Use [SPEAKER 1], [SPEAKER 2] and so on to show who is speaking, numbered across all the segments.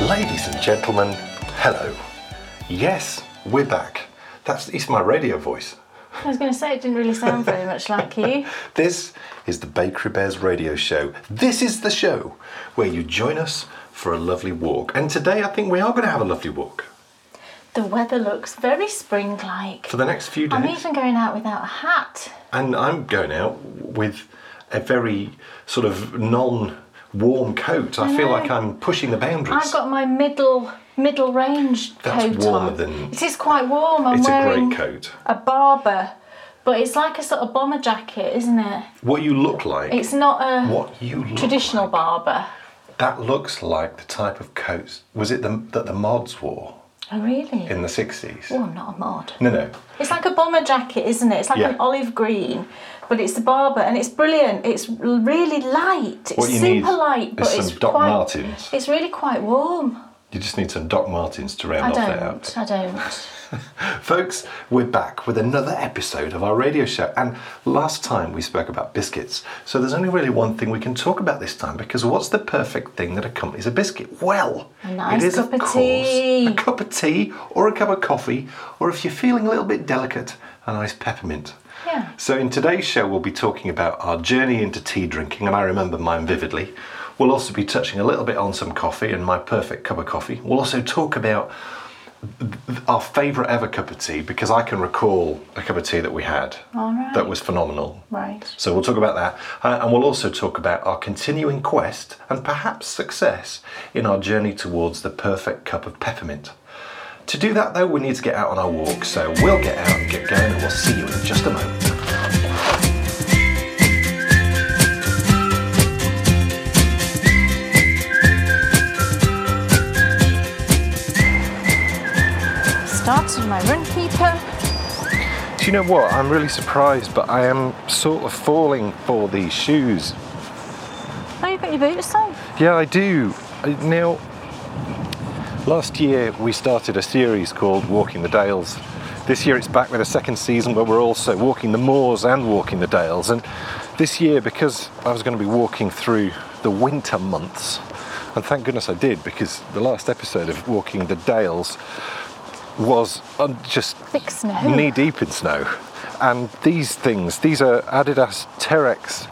[SPEAKER 1] Ladies and gentlemen, hello. Yes, we're back. That's it's my radio voice.
[SPEAKER 2] I was going to say it didn't really sound very much like you.
[SPEAKER 1] This is the Bakery Bears radio show. This is the show where you join us for a lovely walk. And today I think we are going to have a lovely walk
[SPEAKER 2] The weather looks very spring-like.
[SPEAKER 1] for the next few days.
[SPEAKER 2] I'm even going out without a hat.
[SPEAKER 1] and I'm going out with a very sort of non warm coat. I,
[SPEAKER 2] I
[SPEAKER 1] feel
[SPEAKER 2] know.
[SPEAKER 1] like I'm pushing the boundaries.
[SPEAKER 2] I've got my middle middle range
[SPEAKER 1] That's
[SPEAKER 2] coat
[SPEAKER 1] warmer
[SPEAKER 2] on.
[SPEAKER 1] than-
[SPEAKER 2] It is quite warm. I'm
[SPEAKER 1] it's a
[SPEAKER 2] wearing
[SPEAKER 1] great coat.
[SPEAKER 2] a barber, but it's like a sort of bomber jacket, isn't it?
[SPEAKER 1] What you look like.
[SPEAKER 2] It's not a
[SPEAKER 1] what you look
[SPEAKER 2] traditional barber.
[SPEAKER 1] That looks like the type of coats. Was it the, that the mods wore
[SPEAKER 2] Oh really?
[SPEAKER 1] in the 60s?
[SPEAKER 2] Oh, I'm not a mod.
[SPEAKER 1] No, no.
[SPEAKER 2] It's like a bomber jacket, isn't it? It's like
[SPEAKER 1] Yeah.
[SPEAKER 2] an olive green, but it's the barber, and it's brilliant. It's l- really light. It's
[SPEAKER 1] What you need
[SPEAKER 2] super light, but
[SPEAKER 1] is some
[SPEAKER 2] it's
[SPEAKER 1] Doc
[SPEAKER 2] quite.
[SPEAKER 1] Martens.
[SPEAKER 2] It's really quite warm.
[SPEAKER 1] You just need some Doc Martens to round
[SPEAKER 2] I
[SPEAKER 1] off that
[SPEAKER 2] don't.
[SPEAKER 1] outfit.
[SPEAKER 2] I don't.
[SPEAKER 1] Folks, we're back with another episode of our radio show. And last time we spoke about biscuits. So there's only really one thing we can talk about this time because what's the perfect thing that accompanies a biscuit? Well,
[SPEAKER 2] A nice
[SPEAKER 1] it is,
[SPEAKER 2] cup
[SPEAKER 1] of
[SPEAKER 2] of
[SPEAKER 1] course, a
[SPEAKER 2] tea.
[SPEAKER 1] cup of tea or a cup of coffee, or if you're feeling a little bit delicate, a nice peppermint.
[SPEAKER 2] Yeah.
[SPEAKER 1] So, in today's show, we'll be talking about our journey into tea drinking, and I remember mine vividly. We'll also be touching a little bit on some coffee and my perfect cup of coffee. We'll also talk about th- our favourite ever cup of tea because I can recall a cup of tea that we had
[SPEAKER 2] All right.
[SPEAKER 1] that was phenomenal.
[SPEAKER 2] Right.
[SPEAKER 1] So, we'll talk about that, uh, and we'll also talk about our continuing quest and perhaps success in our journey towards the perfect cup of peppermint. To do that, though, we need to get out on our walk, so we'll get out and get going, and we'll see you in just a moment.
[SPEAKER 2] Started my runkeeper.
[SPEAKER 1] Do you know what? I'm really surprised, but I am sort of falling for these shoes.
[SPEAKER 2] Oh, you got your boots on.
[SPEAKER 1] Yeah, I do. I- Now, last year we started a series called Walking the Dales. This year it's back with a second season where we're also walking the moors and walking the dales. And this year, because I was going to be walking through the winter months, and thank goodness I did, because the last episode of Walking the Dales was uh, just
[SPEAKER 2] Thick snow.
[SPEAKER 1] knee deep in snow. And these things, these are Adidas Terex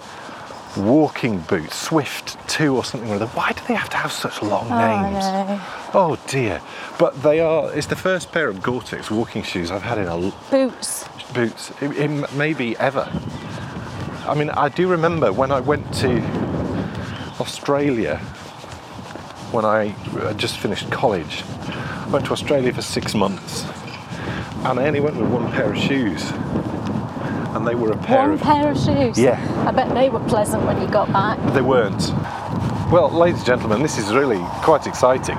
[SPEAKER 1] walking boots, Swift 2 or something or other. Why do they have to have such long
[SPEAKER 2] I
[SPEAKER 1] names?
[SPEAKER 2] know.
[SPEAKER 1] Oh dear. But they are, it's the first pair of Gore Tex walking shoes I've had in a l-
[SPEAKER 2] Boots.
[SPEAKER 1] boots, in, in maybe ever. I mean, I do remember when I went to Australia when I uh, just finished college. I went to Australia for six months and I only went with one pair of shoes. And they were a pair
[SPEAKER 2] One
[SPEAKER 1] of
[SPEAKER 2] pair of shoes.
[SPEAKER 1] Yeah.
[SPEAKER 2] I bet they were pleasant when you got back.
[SPEAKER 1] They weren't. Well, ladies and gentlemen, this is really quite exciting.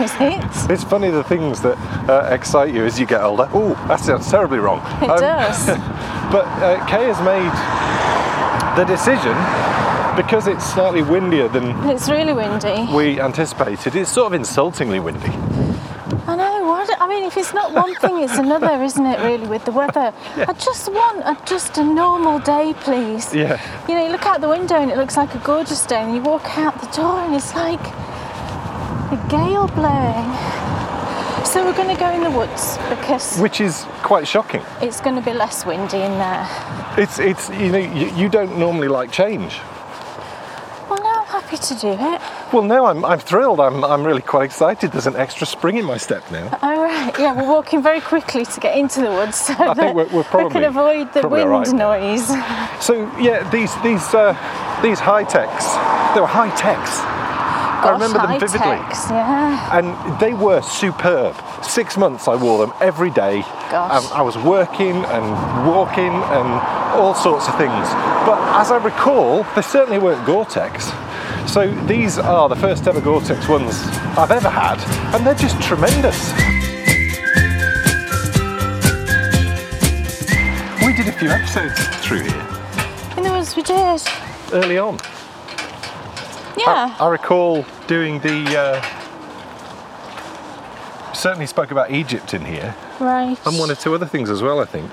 [SPEAKER 2] Is it?
[SPEAKER 1] It's funny the things that uh, excite you as you get older. Oh, that sounds terribly wrong. Um,
[SPEAKER 2] It does.
[SPEAKER 1] But uh, Kay has made the decision because it's slightly windier than
[SPEAKER 2] It's really windy.
[SPEAKER 1] we anticipated. It's sort of insultingly windy.
[SPEAKER 2] I know. Why do, I mean, if it's not one thing, it's another, isn't it? Really, with the weather. I just want a, just a normal day, please.
[SPEAKER 1] Yeah.
[SPEAKER 2] You know, you look out the window and it looks like a gorgeous day, and you walk out the door and it's like a gale blowing. So we're going to go in the woods because
[SPEAKER 1] Which is quite shocking.
[SPEAKER 2] it's going to be less windy in there.
[SPEAKER 1] It's, it's you know, you, you don't normally like change.
[SPEAKER 2] Well, now I'm happy to do it.
[SPEAKER 1] Well, no, I'm, I'm thrilled. I'm, I'm really quite excited. There's an extra spring in my step now.
[SPEAKER 2] All right. Yeah, we're walking very quickly to get into the woods so
[SPEAKER 1] think
[SPEAKER 2] that
[SPEAKER 1] we're- we're
[SPEAKER 2] we can
[SPEAKER 1] probably-
[SPEAKER 2] avoid the
[SPEAKER 1] probably all
[SPEAKER 2] wind
[SPEAKER 1] right now.
[SPEAKER 2] noise.
[SPEAKER 1] So yeah, these these uh, these high techs. They were high techs. I remember them
[SPEAKER 2] high
[SPEAKER 1] vividly.
[SPEAKER 2] techs, yeah.
[SPEAKER 1] And they were superb. Six months I wore them every day.
[SPEAKER 2] Gosh.
[SPEAKER 1] Um, I was working and walking and all sorts of things. But as I recall, they certainly weren't Gore-Tex. So these are the first ever Gore-Tex ones I've ever had, and they're just tremendous. We did a few episodes through here
[SPEAKER 2] In the woods we did.
[SPEAKER 1] early on.
[SPEAKER 2] Yeah.
[SPEAKER 1] I, I recall doing the. Uh, certainly spoke about Egypt in here,
[SPEAKER 2] right.
[SPEAKER 1] and one or two other things as well. I think.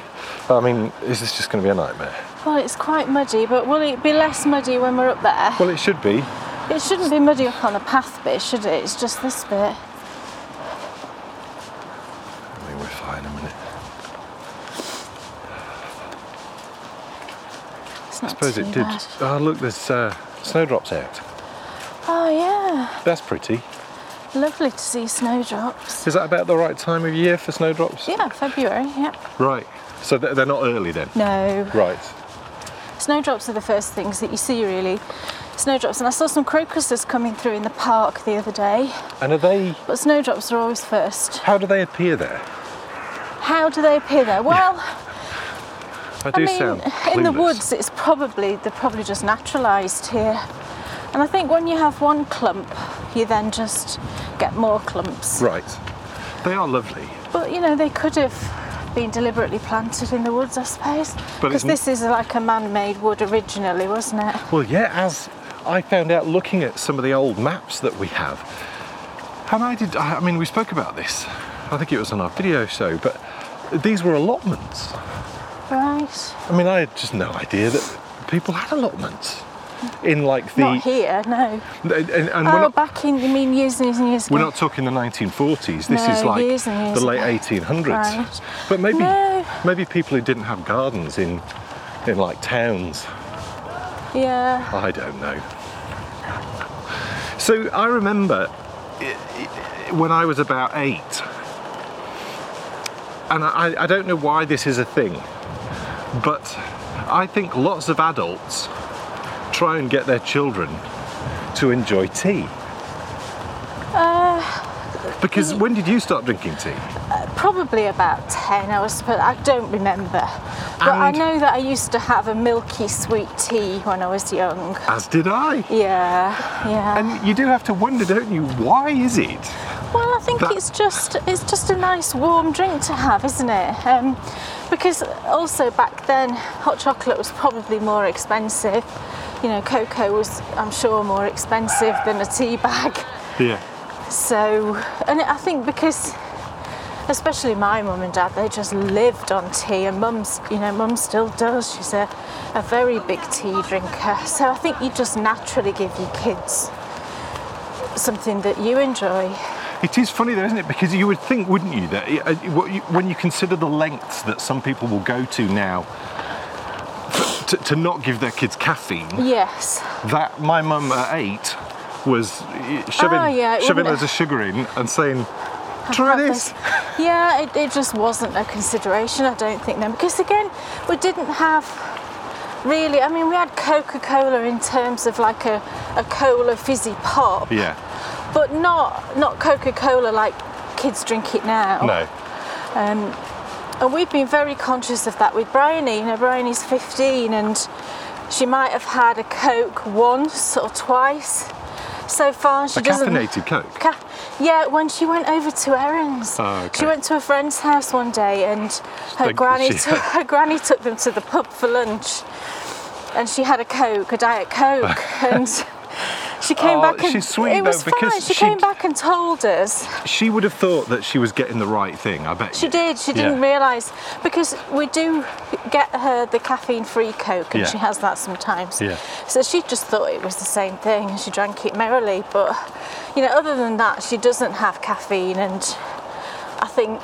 [SPEAKER 1] I mean, is this just going to be a nightmare?
[SPEAKER 2] well, it's quite muddy, but will it be less muddy when we're up there?
[SPEAKER 1] Well, it should be.
[SPEAKER 2] It shouldn't be muddy up on a path bit, should it? It's just this bit.
[SPEAKER 1] I mean, we're fine a minute.
[SPEAKER 2] It's
[SPEAKER 1] I
[SPEAKER 2] not
[SPEAKER 1] suppose
[SPEAKER 2] too
[SPEAKER 1] it did.
[SPEAKER 2] bad.
[SPEAKER 1] Oh, look, there's uh, snowdrops out.
[SPEAKER 2] Oh
[SPEAKER 1] That's pretty.
[SPEAKER 2] yeah, lovely to see snowdrops.
[SPEAKER 1] Is that about the right time of year for snowdrops?
[SPEAKER 2] Yeah, February. Yep.
[SPEAKER 1] Right. So th- they're not early then?
[SPEAKER 2] No,
[SPEAKER 1] Right.
[SPEAKER 2] Snowdrops are the first things that you see, really. Snowdrops, and I saw some crocuses coming through in the park the other day,
[SPEAKER 1] And are they,
[SPEAKER 2] but snowdrops are always first.
[SPEAKER 1] how do they appear there?
[SPEAKER 2] How do they appear there? Well,
[SPEAKER 1] I
[SPEAKER 2] I
[SPEAKER 1] do sound
[SPEAKER 2] mean, in the
[SPEAKER 1] clueless.
[SPEAKER 2] woods, it's probably they're probably just naturalised here, and I think when you have one clump, you then just get more clumps.
[SPEAKER 1] Right. They are lovely.
[SPEAKER 2] But you know, they could have been deliberately planted in the woods, I suppose,
[SPEAKER 1] But
[SPEAKER 2] because
[SPEAKER 1] it's n-
[SPEAKER 2] this is like a man-made wood originally, wasn't it?
[SPEAKER 1] Well, yeah, as I found out looking at some of the old maps that we have, and I did, I I mean, we spoke about this, I think it was on our video show, but these were allotments.
[SPEAKER 2] Right.
[SPEAKER 1] I mean, I had just no idea that people had allotments in like the.
[SPEAKER 2] Not here, no.
[SPEAKER 1] and, and- and
[SPEAKER 2] oh,
[SPEAKER 1] we're, not,
[SPEAKER 2] back in, you mean years and years and years ago?
[SPEAKER 1] we're not talking the 1940s, this
[SPEAKER 2] No,
[SPEAKER 1] is like
[SPEAKER 2] years and years
[SPEAKER 1] the late
[SPEAKER 2] ago.
[SPEAKER 1] 1800s.
[SPEAKER 2] Right.
[SPEAKER 1] But maybe,
[SPEAKER 2] No.
[SPEAKER 1] maybe people who didn't have gardens in, in like towns
[SPEAKER 2] Yeah.
[SPEAKER 1] I don't know. So I remember i- i- when I was about eight, and I, I don't know why this is a thing, but I think lots of adults try and get their children to enjoy tea. because when did you start drinking tea?
[SPEAKER 2] Probably about 10, I was supposed, I don't remember. But I
[SPEAKER 1] And-
[SPEAKER 2] know that I used to have a milky sweet tea when I was young.
[SPEAKER 1] As did I.
[SPEAKER 2] Yeah, yeah.
[SPEAKER 1] And you do have to wonder, don't you, why is it?
[SPEAKER 2] well, I think
[SPEAKER 1] that-
[SPEAKER 2] it's just it's just a nice warm drink to have, isn't it? Um, because also back then, hot chocolate was probably more expensive. You know, cocoa was, I'm sure, more expensive than a tea bag.
[SPEAKER 1] Yeah.
[SPEAKER 2] So, and I think because, especially my mum and dad, they just lived on tea, and mum's, you know, mum still does. She's a, a very big tea drinker. So I think you just naturally give your kids something that you enjoy.
[SPEAKER 1] It is funny though, isn't it? Because you would think, wouldn't you, that uh, what you- when you consider the lengths that some people will go to now f- to, to not give their kids caffeine,
[SPEAKER 2] Yes.
[SPEAKER 1] that my mum at eight was uh, shoving,
[SPEAKER 2] Oh, yeah, it
[SPEAKER 1] shoving
[SPEAKER 2] wouldn't-
[SPEAKER 1] loads of sugar in and saying, try
[SPEAKER 2] Have
[SPEAKER 1] this.
[SPEAKER 2] this. Yeah, it, it just wasn't a consideration, I don't think, then. Because again, we didn't have really, I mean, we had Coca Cola in terms of like a, a cola fizzy pop.
[SPEAKER 1] Yeah,
[SPEAKER 2] but not not Coca-Cola like kids drink it now.
[SPEAKER 1] no.
[SPEAKER 2] Um, and we've been very conscious of that with Bryony. You know, Bryony's 15 and she might have had a Coke once or twice. So far, she
[SPEAKER 1] A
[SPEAKER 2] doesn't.
[SPEAKER 1] caffeinated Coke.
[SPEAKER 2] Ca- yeah, when she went over to errands,
[SPEAKER 1] Oh, okay.
[SPEAKER 2] she went to a friend's house one day, and her
[SPEAKER 1] Like,
[SPEAKER 2] granny
[SPEAKER 1] she-
[SPEAKER 2] took, her granny took them to the pub for lunch, and she had a coke, a diet coke, and she came
[SPEAKER 1] Oh,
[SPEAKER 2] back and
[SPEAKER 1] she's sweet
[SPEAKER 2] it was
[SPEAKER 1] though, because
[SPEAKER 2] fine. She,
[SPEAKER 1] she-
[SPEAKER 2] came back and told us
[SPEAKER 1] She would have thought that she was getting the right thing, I bet
[SPEAKER 2] she
[SPEAKER 1] you.
[SPEAKER 2] did. She didn't
[SPEAKER 1] Yeah.
[SPEAKER 2] realise because we do get her the caffeine-free coke, and
[SPEAKER 1] Yeah.
[SPEAKER 2] she has that sometimes.
[SPEAKER 1] Yeah.
[SPEAKER 2] So she just thought it was the same thing, and she drank it merrily. But you know, other than that, she doesn't have caffeine, and I think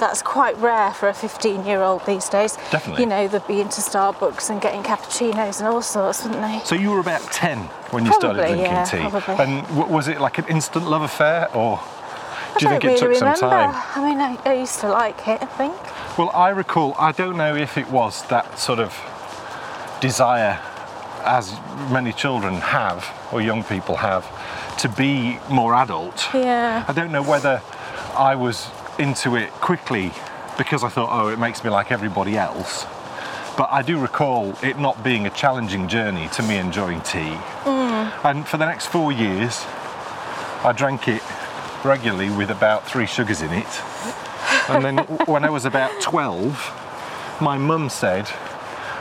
[SPEAKER 2] that's quite rare for a 15-year-old these days.
[SPEAKER 1] Definitely.
[SPEAKER 2] You know, they'd be into Starbucks and getting cappuccinos and all sorts, wouldn't they?
[SPEAKER 1] So you were about 10 when you started
[SPEAKER 2] Probably,
[SPEAKER 1] drinking
[SPEAKER 2] yeah,
[SPEAKER 1] tea.
[SPEAKER 2] probably.
[SPEAKER 1] And w- was it like an instant love affair or do you
[SPEAKER 2] I
[SPEAKER 1] think
[SPEAKER 2] don't
[SPEAKER 1] it took
[SPEAKER 2] really
[SPEAKER 1] some
[SPEAKER 2] remember.
[SPEAKER 1] time?
[SPEAKER 2] I mean, I, I used to like it. I think.
[SPEAKER 1] Well, I recall, I don't know if it was that sort of desire, as many children have, or young people have, to be more adult.
[SPEAKER 2] Yeah.
[SPEAKER 1] I don't know whether I was into it quickly because I thought, oh, it makes me like everybody else. But I do recall it not being a challenging journey to me enjoying tea. And for the next four years, I drank it regularly with about three sugars in it. And then when I was about 12, my mum said,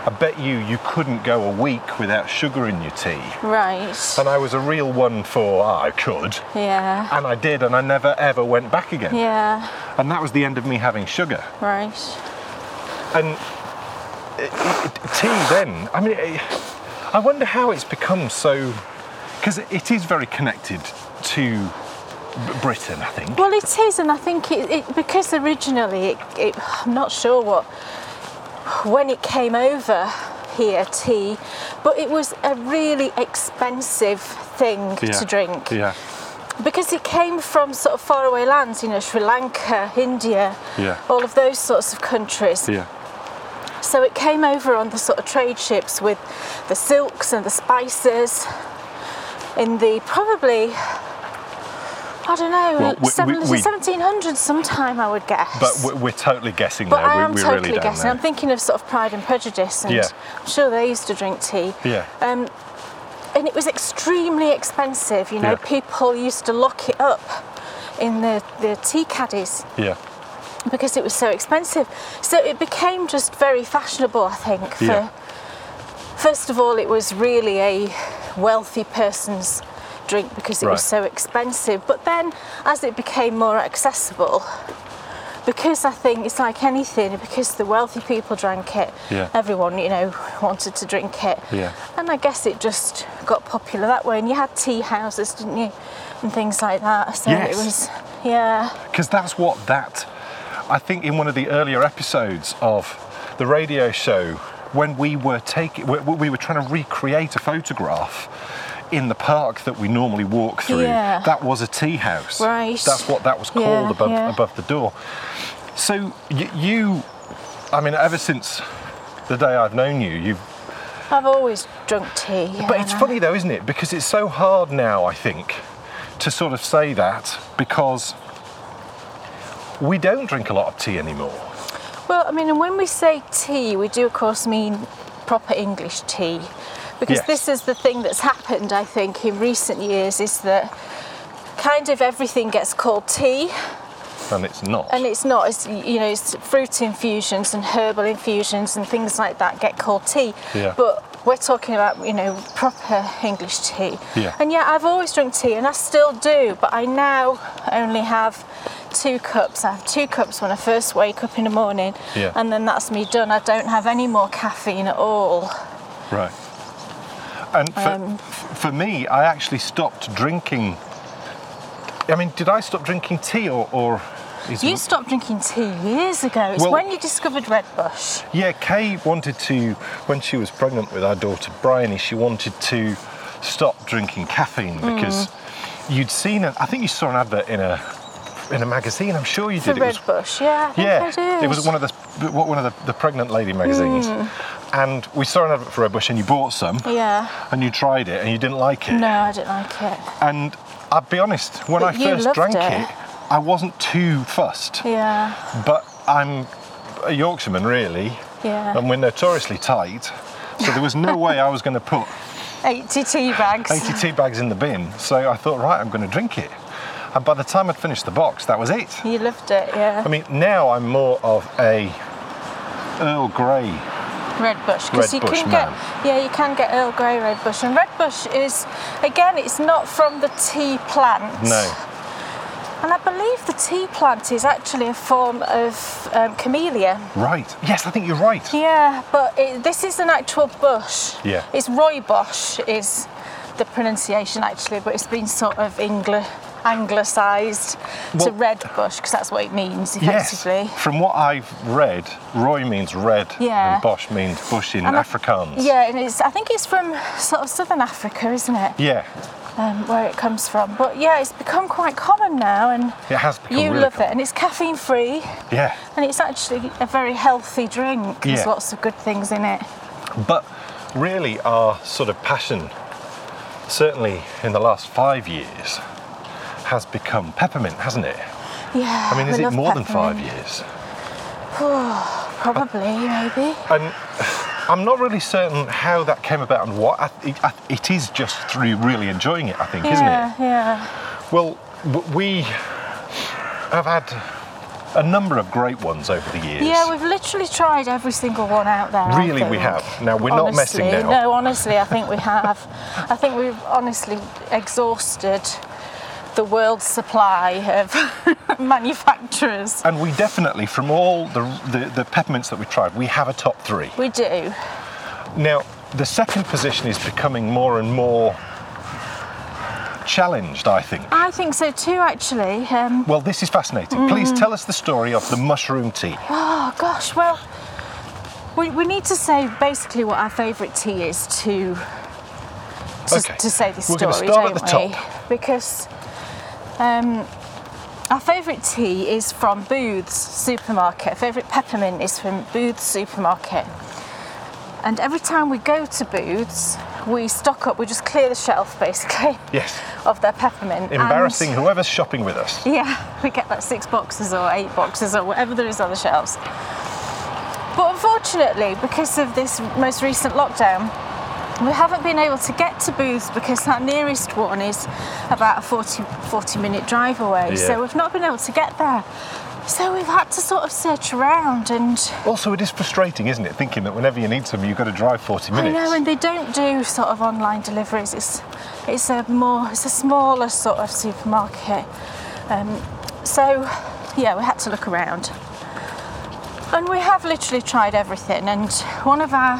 [SPEAKER 1] I bet you you couldn't go a week without sugar in your tea.
[SPEAKER 2] Right.
[SPEAKER 1] And I was a real one for, "Ah, I could.
[SPEAKER 2] Yeah.
[SPEAKER 1] And I did, and I never ever went back again.
[SPEAKER 2] Yeah.
[SPEAKER 1] And that was the end of me having sugar.
[SPEAKER 2] Right.
[SPEAKER 1] And it- it- tea then, I mean, it- I wonder how it's become so Because it is very connected to B- Britain, I think.
[SPEAKER 2] Well, it is, and I think it, it because originally, it, it, I'm not sure what when it came over here tea, but it was a really expensive thing to drink
[SPEAKER 1] Yeah,
[SPEAKER 2] because it came from sort of faraway lands, you know, Sri Lanka, India,
[SPEAKER 1] Yeah.
[SPEAKER 2] all of those sorts of countries.
[SPEAKER 1] yeah.
[SPEAKER 2] So it came over on the sort of trade ships with the silks and the spices in the probably, I don't
[SPEAKER 1] Well,
[SPEAKER 2] know,
[SPEAKER 1] we-
[SPEAKER 2] seven-
[SPEAKER 1] we- we-
[SPEAKER 2] 1700 sometime, I would guess.
[SPEAKER 1] But we're, we're totally guessing
[SPEAKER 2] But
[SPEAKER 1] there.
[SPEAKER 2] I
[SPEAKER 1] We-
[SPEAKER 2] am
[SPEAKER 1] we,
[SPEAKER 2] totally
[SPEAKER 1] really don't
[SPEAKER 2] guessing. I'm
[SPEAKER 1] know.
[SPEAKER 2] thinking of sort of Pride and Prejudice, and
[SPEAKER 1] Yeah.
[SPEAKER 2] I'm sure they used to drink tea.
[SPEAKER 1] Yeah.
[SPEAKER 2] Um, and it was extremely expensive. You know,
[SPEAKER 1] Yeah.
[SPEAKER 2] people used to lock it up in the, the tea caddies
[SPEAKER 1] Yeah,
[SPEAKER 2] because it was so expensive. So it became just very fashionable, I think. For,
[SPEAKER 1] Yeah.
[SPEAKER 2] First of all, it was really a wealthy person's drink because it was
[SPEAKER 1] Right.
[SPEAKER 2] so expensive. But then, as it became more accessible, because I think it's like anything, because the wealthy people drank it,
[SPEAKER 1] Yeah.
[SPEAKER 2] everyone, you know, wanted to drink it.
[SPEAKER 1] Yeah.
[SPEAKER 2] And I guess it just got popular that way. And you had tea houses, didn't you? And things like that. So
[SPEAKER 1] Yes.
[SPEAKER 2] it was, yeah.
[SPEAKER 1] because that's what that. I think in one of the earlier episodes of the radio show, when we were taking, we, we were trying to recreate a photograph in the park that we normally walk through.
[SPEAKER 2] Yeah.
[SPEAKER 1] That was a tea house.
[SPEAKER 2] Right.
[SPEAKER 1] That's what that was
[SPEAKER 2] Yeah,
[SPEAKER 1] called above
[SPEAKER 2] yeah.
[SPEAKER 1] above the door. So y- you, I mean, ever since the day I've known you, you've
[SPEAKER 2] I've always drunk tea.
[SPEAKER 1] But
[SPEAKER 2] yeah.
[SPEAKER 1] it's funny though, isn't it? Because it's so hard now, I think, to sort of say that because we don't drink a lot of tea anymore.
[SPEAKER 2] Well, I mean, and when we say tea, we do, of course, mean proper English tea, because
[SPEAKER 1] Yes.
[SPEAKER 2] this is the thing that's happened, I think, in recent years, is that kind of everything gets called tea,
[SPEAKER 1] And it's not.
[SPEAKER 2] and it's not. It's you know, it's fruit infusions and herbal infusions and things like that get called tea.
[SPEAKER 1] Yeah.
[SPEAKER 2] But we're talking about you know proper English tea.
[SPEAKER 1] Yeah.
[SPEAKER 2] And yeah, I've always drunk tea, and I still do, but I now only have two cups. I have two cups when I first wake up in the morning,
[SPEAKER 1] Yeah.
[SPEAKER 2] and then that's me done. I don't have any more caffeine at all.
[SPEAKER 1] right. And for,
[SPEAKER 2] Um,
[SPEAKER 1] for me, I actually stopped drinking. I mean, did I stop drinking tea or. or is
[SPEAKER 2] You stopped drinking tea years ago. It's
[SPEAKER 1] Mm. Well-
[SPEAKER 2] when you discovered Redbush.
[SPEAKER 1] Yeah, Kay wanted to, when she was pregnant with our daughter Bryony, she wanted to stop drinking caffeine
[SPEAKER 2] Mm.
[SPEAKER 1] because you'd seen, an, I think you saw an advert in a in a magazine. I'm sure you
[SPEAKER 2] For
[SPEAKER 1] did. It was-
[SPEAKER 2] Redbush, yeah, I think I
[SPEAKER 1] yeah,
[SPEAKER 2] did.
[SPEAKER 1] it was one of the what one of the, the pregnant lady magazines,
[SPEAKER 2] Mm.
[SPEAKER 1] and we saw an advert for Redbush, and you bought some,
[SPEAKER 2] Yeah.
[SPEAKER 1] and you tried it, and you didn't like it.
[SPEAKER 2] No, I didn't like it.
[SPEAKER 1] And I'll be honest, when
[SPEAKER 2] But
[SPEAKER 1] I
[SPEAKER 2] you
[SPEAKER 1] first
[SPEAKER 2] loved
[SPEAKER 1] drank
[SPEAKER 2] it.
[SPEAKER 1] it, I wasn't too fussed
[SPEAKER 2] Yeah.
[SPEAKER 1] but I'm a Yorkshireman really,
[SPEAKER 2] Yeah.
[SPEAKER 1] and we're notoriously tight, so there was no way I was going to put
[SPEAKER 2] 80 tea bags.
[SPEAKER 1] 80 tea bags in the bin. So I thought, right, I'm going to drink it. And by the time I'd finished the box, that was it.
[SPEAKER 2] You loved it, yeah.
[SPEAKER 1] I mean, now I'm more of a Earl Grey.
[SPEAKER 2] Red bush, because you
[SPEAKER 1] Red Bush
[SPEAKER 2] can
[SPEAKER 1] man.
[SPEAKER 2] get yeah, you can get Earl Grey red bush, and red bush is again, it's not from the tea plant.
[SPEAKER 1] No,
[SPEAKER 2] And I believe the tea plant is actually a form of um, camellia.
[SPEAKER 1] right. Yes, I think you're right.
[SPEAKER 2] Yeah, but it, this is an actual bush.
[SPEAKER 1] Yeah.
[SPEAKER 2] It's rooibos is the pronunciation actually, but it's been sort of Engli- anglicised
[SPEAKER 1] Well-
[SPEAKER 2] to red bush because that's what it means
[SPEAKER 1] Yes.
[SPEAKER 2] effectively.
[SPEAKER 1] From what I've read, Roy means red
[SPEAKER 2] Yeah.
[SPEAKER 1] and Bosch means bush in
[SPEAKER 2] And I-
[SPEAKER 1] Afrikaans.
[SPEAKER 2] Yeah, and it's I think it's from sort of southern Africa, isn't it?
[SPEAKER 1] Yeah,
[SPEAKER 2] um, where it comes from. But yeah, it's become quite common now, and
[SPEAKER 1] it has become
[SPEAKER 2] you
[SPEAKER 1] really
[SPEAKER 2] love
[SPEAKER 1] common.
[SPEAKER 2] it. And it's caffeine free,
[SPEAKER 1] Yeah.
[SPEAKER 2] and it's actually a very healthy drink. There's
[SPEAKER 1] Yeah.
[SPEAKER 2] lots of good things in it.
[SPEAKER 1] But really, our sort of passion, certainly in the last five years, has become peppermint, hasn't it?
[SPEAKER 2] Yeah.
[SPEAKER 1] I mean, is
[SPEAKER 2] we
[SPEAKER 1] it
[SPEAKER 2] love
[SPEAKER 1] more than five
[SPEAKER 2] Oh, peppermint.
[SPEAKER 1] years?
[SPEAKER 2] Probably, maybe.
[SPEAKER 1] And I'm not really certain how that came about and what. I, it, I, it is just through really enjoying it, I think, isn't it?
[SPEAKER 2] yeah, yeah.
[SPEAKER 1] Well, w- we have had a number of great ones over the years.
[SPEAKER 2] Yeah, we've literally tried every single one out there. I
[SPEAKER 1] Really, we
[SPEAKER 2] think.
[SPEAKER 1] have. Now, we're not messing
[SPEAKER 2] Honestly,
[SPEAKER 1] now.
[SPEAKER 2] No, honestly, I think we have. I think we've honestly exhausted the world's supply of manufacturers.
[SPEAKER 1] and we definitely, from all the, the, the peppermints that we tried, we have a top three.
[SPEAKER 2] We do.
[SPEAKER 1] Now, the second position is becoming more and more challenged, I think.
[SPEAKER 2] I think so too, actually. Um,
[SPEAKER 1] Well, this is fascinating. Please tell us the story of the mushroom tea.
[SPEAKER 2] oh, gosh, well, we, we need to say basically what our favourite tea is to, to,
[SPEAKER 1] Okay.
[SPEAKER 2] to say this
[SPEAKER 1] We're
[SPEAKER 2] story,
[SPEAKER 1] gonna start
[SPEAKER 2] don't
[SPEAKER 1] at the
[SPEAKER 2] we? Because um, our favourite tea is from Booth's supermarket. Favourite peppermint is from Booth's supermarket. And every time we go to Booth's, we stock up, we just clear the shelf basically
[SPEAKER 1] Yes.
[SPEAKER 2] of their peppermint. and-
[SPEAKER 1] Embarrassing whoever's shopping with us.
[SPEAKER 2] yeah, we get like six boxes or eight boxes or whatever there is on the shelves. But unfortunately, because of this most recent lockdown, we haven't been able to get to Booths because our nearest one is about a 40, 40 minute drive away.
[SPEAKER 1] Yeah.
[SPEAKER 2] So we've not been able to get there. So we've had to sort of search around and
[SPEAKER 1] Also, it is frustrating, isn't it? Thinking that whenever you need something, you've got to drive 40
[SPEAKER 2] I
[SPEAKER 1] minutes.
[SPEAKER 2] know, and they don't do sort of online deliveries. It's it's a more it's a smaller sort of supermarket. Um, so yeah, we had to look around, and we have literally tried everything. And one of our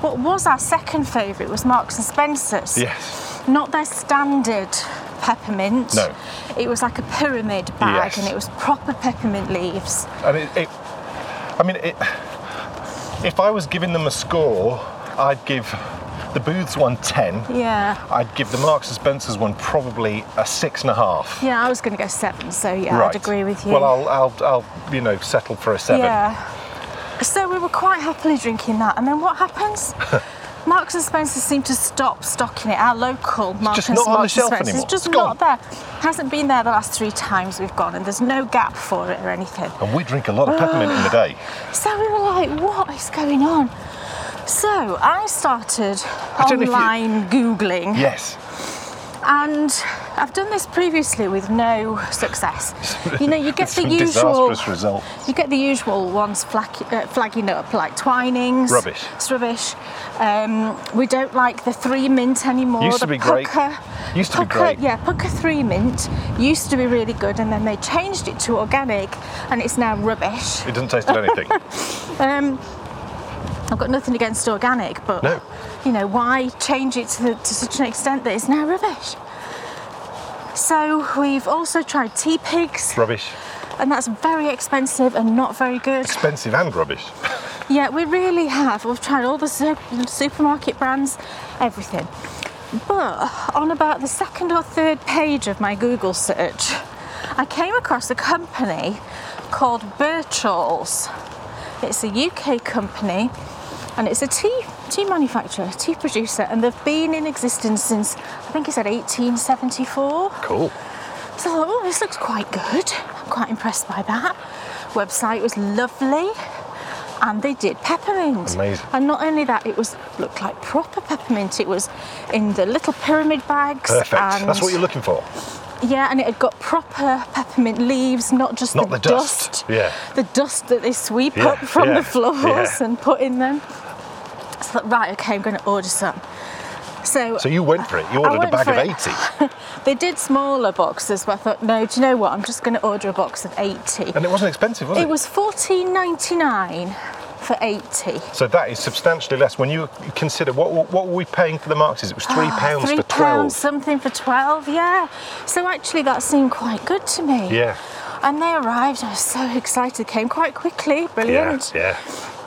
[SPEAKER 2] what was our second favourite was Marks and Spencers.
[SPEAKER 1] Yes.
[SPEAKER 2] Not their standard peppermint.
[SPEAKER 1] No.
[SPEAKER 2] It was like a pyramid bag,
[SPEAKER 1] Yes.
[SPEAKER 2] and it was proper peppermint leaves.
[SPEAKER 1] And it, it I mean, it, if I was giving them a score, I'd give the Booths one 10.
[SPEAKER 2] Yeah.
[SPEAKER 1] I'd give the Marks and Spencers one probably a six and a half.
[SPEAKER 2] Yeah, I was going to go seven, so yeah, I'd agree with you.
[SPEAKER 1] Well, I'll, I'll, I'll, you know, settle for a seven.
[SPEAKER 2] Yeah. So we were quite happily drinking that, and then what happens? Marks and Spencer seem to stop stocking it. Our local Marks
[SPEAKER 1] just
[SPEAKER 2] and
[SPEAKER 1] not on the
[SPEAKER 2] Marks and
[SPEAKER 1] shelf
[SPEAKER 2] Spencer's,
[SPEAKER 1] anymore.
[SPEAKER 2] It's just
[SPEAKER 1] It's
[SPEAKER 2] not there. Hasn't been there the last three times we've gone, and there's no gap for it or anything.
[SPEAKER 1] And we drink a lot of peppermint in the day.
[SPEAKER 2] So we were like, what is going on? So I started
[SPEAKER 1] don't know if you-
[SPEAKER 2] online googling,
[SPEAKER 1] Yes.
[SPEAKER 2] and I've done this previously with no success. You know, you get
[SPEAKER 1] It's
[SPEAKER 2] the
[SPEAKER 1] a
[SPEAKER 2] usual
[SPEAKER 1] disastrous result.
[SPEAKER 2] You get the usual ones flag, uh, flagging up, like Twinings.
[SPEAKER 1] Rubbish.
[SPEAKER 2] It's rubbish. Um, we don't like the three mint anymore.
[SPEAKER 1] Used to
[SPEAKER 2] Oh, the
[SPEAKER 1] be great.
[SPEAKER 2] Pucker,
[SPEAKER 1] Used to be
[SPEAKER 2] Pucker-
[SPEAKER 1] great.
[SPEAKER 2] Yeah, Pucker three mint used to be really good, and then they changed it to organic, and it's now rubbish.
[SPEAKER 1] It doesn't taste of anything.
[SPEAKER 2] Um, I've got nothing against organic, but
[SPEAKER 1] No.
[SPEAKER 2] you know why change it to, the, to such an extent that it's now rubbish? So we've also tried tea pigs,
[SPEAKER 1] rubbish.
[SPEAKER 2] and that's very expensive and not very good.
[SPEAKER 1] Expensive and rubbish.
[SPEAKER 2] Yeah, we really have. We've tried all the su- supermarket brands, everything. But on about the second or third page of my Google search, I came across a company called Birchalls. It's a UK company and it's a tea tea manufacturer, tea producer, and they've been in existence since I think it said 1874.
[SPEAKER 1] Cool.
[SPEAKER 2] So I thought, oh, this looks quite good. I'm quite impressed by that. Website was lovely. And they did peppermint.
[SPEAKER 1] Amazing.
[SPEAKER 2] And not only that, it was looked like proper peppermint. It was in the little pyramid bags.
[SPEAKER 1] Perfect.
[SPEAKER 2] And
[SPEAKER 1] That's what you're looking for.
[SPEAKER 2] Yeah, and it had got proper peppermint leaves, not just
[SPEAKER 1] Not
[SPEAKER 2] the,
[SPEAKER 1] the dust. Yeah.
[SPEAKER 2] The dust that they sweep
[SPEAKER 1] Yeah,
[SPEAKER 2] up from
[SPEAKER 1] yeah,
[SPEAKER 2] the floors
[SPEAKER 1] yeah.
[SPEAKER 2] and put in them. So I thought, right, okay, I'm going to order some. So,
[SPEAKER 1] So you went for it. You
[SPEAKER 2] I
[SPEAKER 1] ordered a
[SPEAKER 2] went
[SPEAKER 1] bag of
[SPEAKER 2] for it.
[SPEAKER 1] 80.
[SPEAKER 2] they did smaller boxes, but I thought, no, do you know what? I'm just going to order a box of 80.
[SPEAKER 1] And it wasn't expensive, was it?
[SPEAKER 2] It was fourteen ninety nine for eighty.
[SPEAKER 1] So that is substantially less. When you consider what what, what were we paying for the Marxes? It was three pounds
[SPEAKER 2] Oh, Ah, Three
[SPEAKER 1] for twelve.
[SPEAKER 2] pounds something for twelve, yeah. So actually, that seemed quite good to me.
[SPEAKER 1] Yeah.
[SPEAKER 2] And they arrived. I was so excited. Came quite quickly.
[SPEAKER 1] Yeah,
[SPEAKER 2] Brilliant.
[SPEAKER 1] yeah.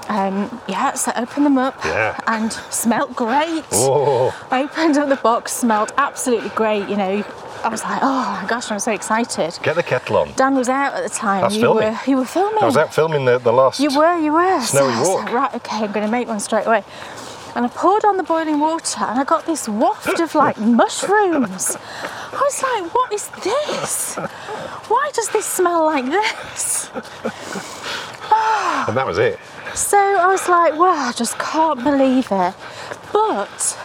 [SPEAKER 2] Um, yeah. So opened them up.
[SPEAKER 1] Yeah.
[SPEAKER 2] And smelt great.
[SPEAKER 1] Oh,
[SPEAKER 2] Opened up the box. Smelled absolutely great. You know. I was like, oh my gosh, I'm so excited.
[SPEAKER 1] get the kettle on.
[SPEAKER 2] Dan was out at the time.
[SPEAKER 1] That's
[SPEAKER 2] you
[SPEAKER 1] filming.
[SPEAKER 2] were you were filming.
[SPEAKER 1] I was out filming the, the last.
[SPEAKER 2] Oh. You were, you were.
[SPEAKER 1] Snowy
[SPEAKER 2] I was
[SPEAKER 1] walk.
[SPEAKER 2] like, right, okay, I'm going to make one straight away. And I poured on the boiling water and I got this waft of like mushrooms. I was like, what is this? Why does this smell like this?
[SPEAKER 1] And that was it.
[SPEAKER 2] So I was like, wow, I just can't believe it. But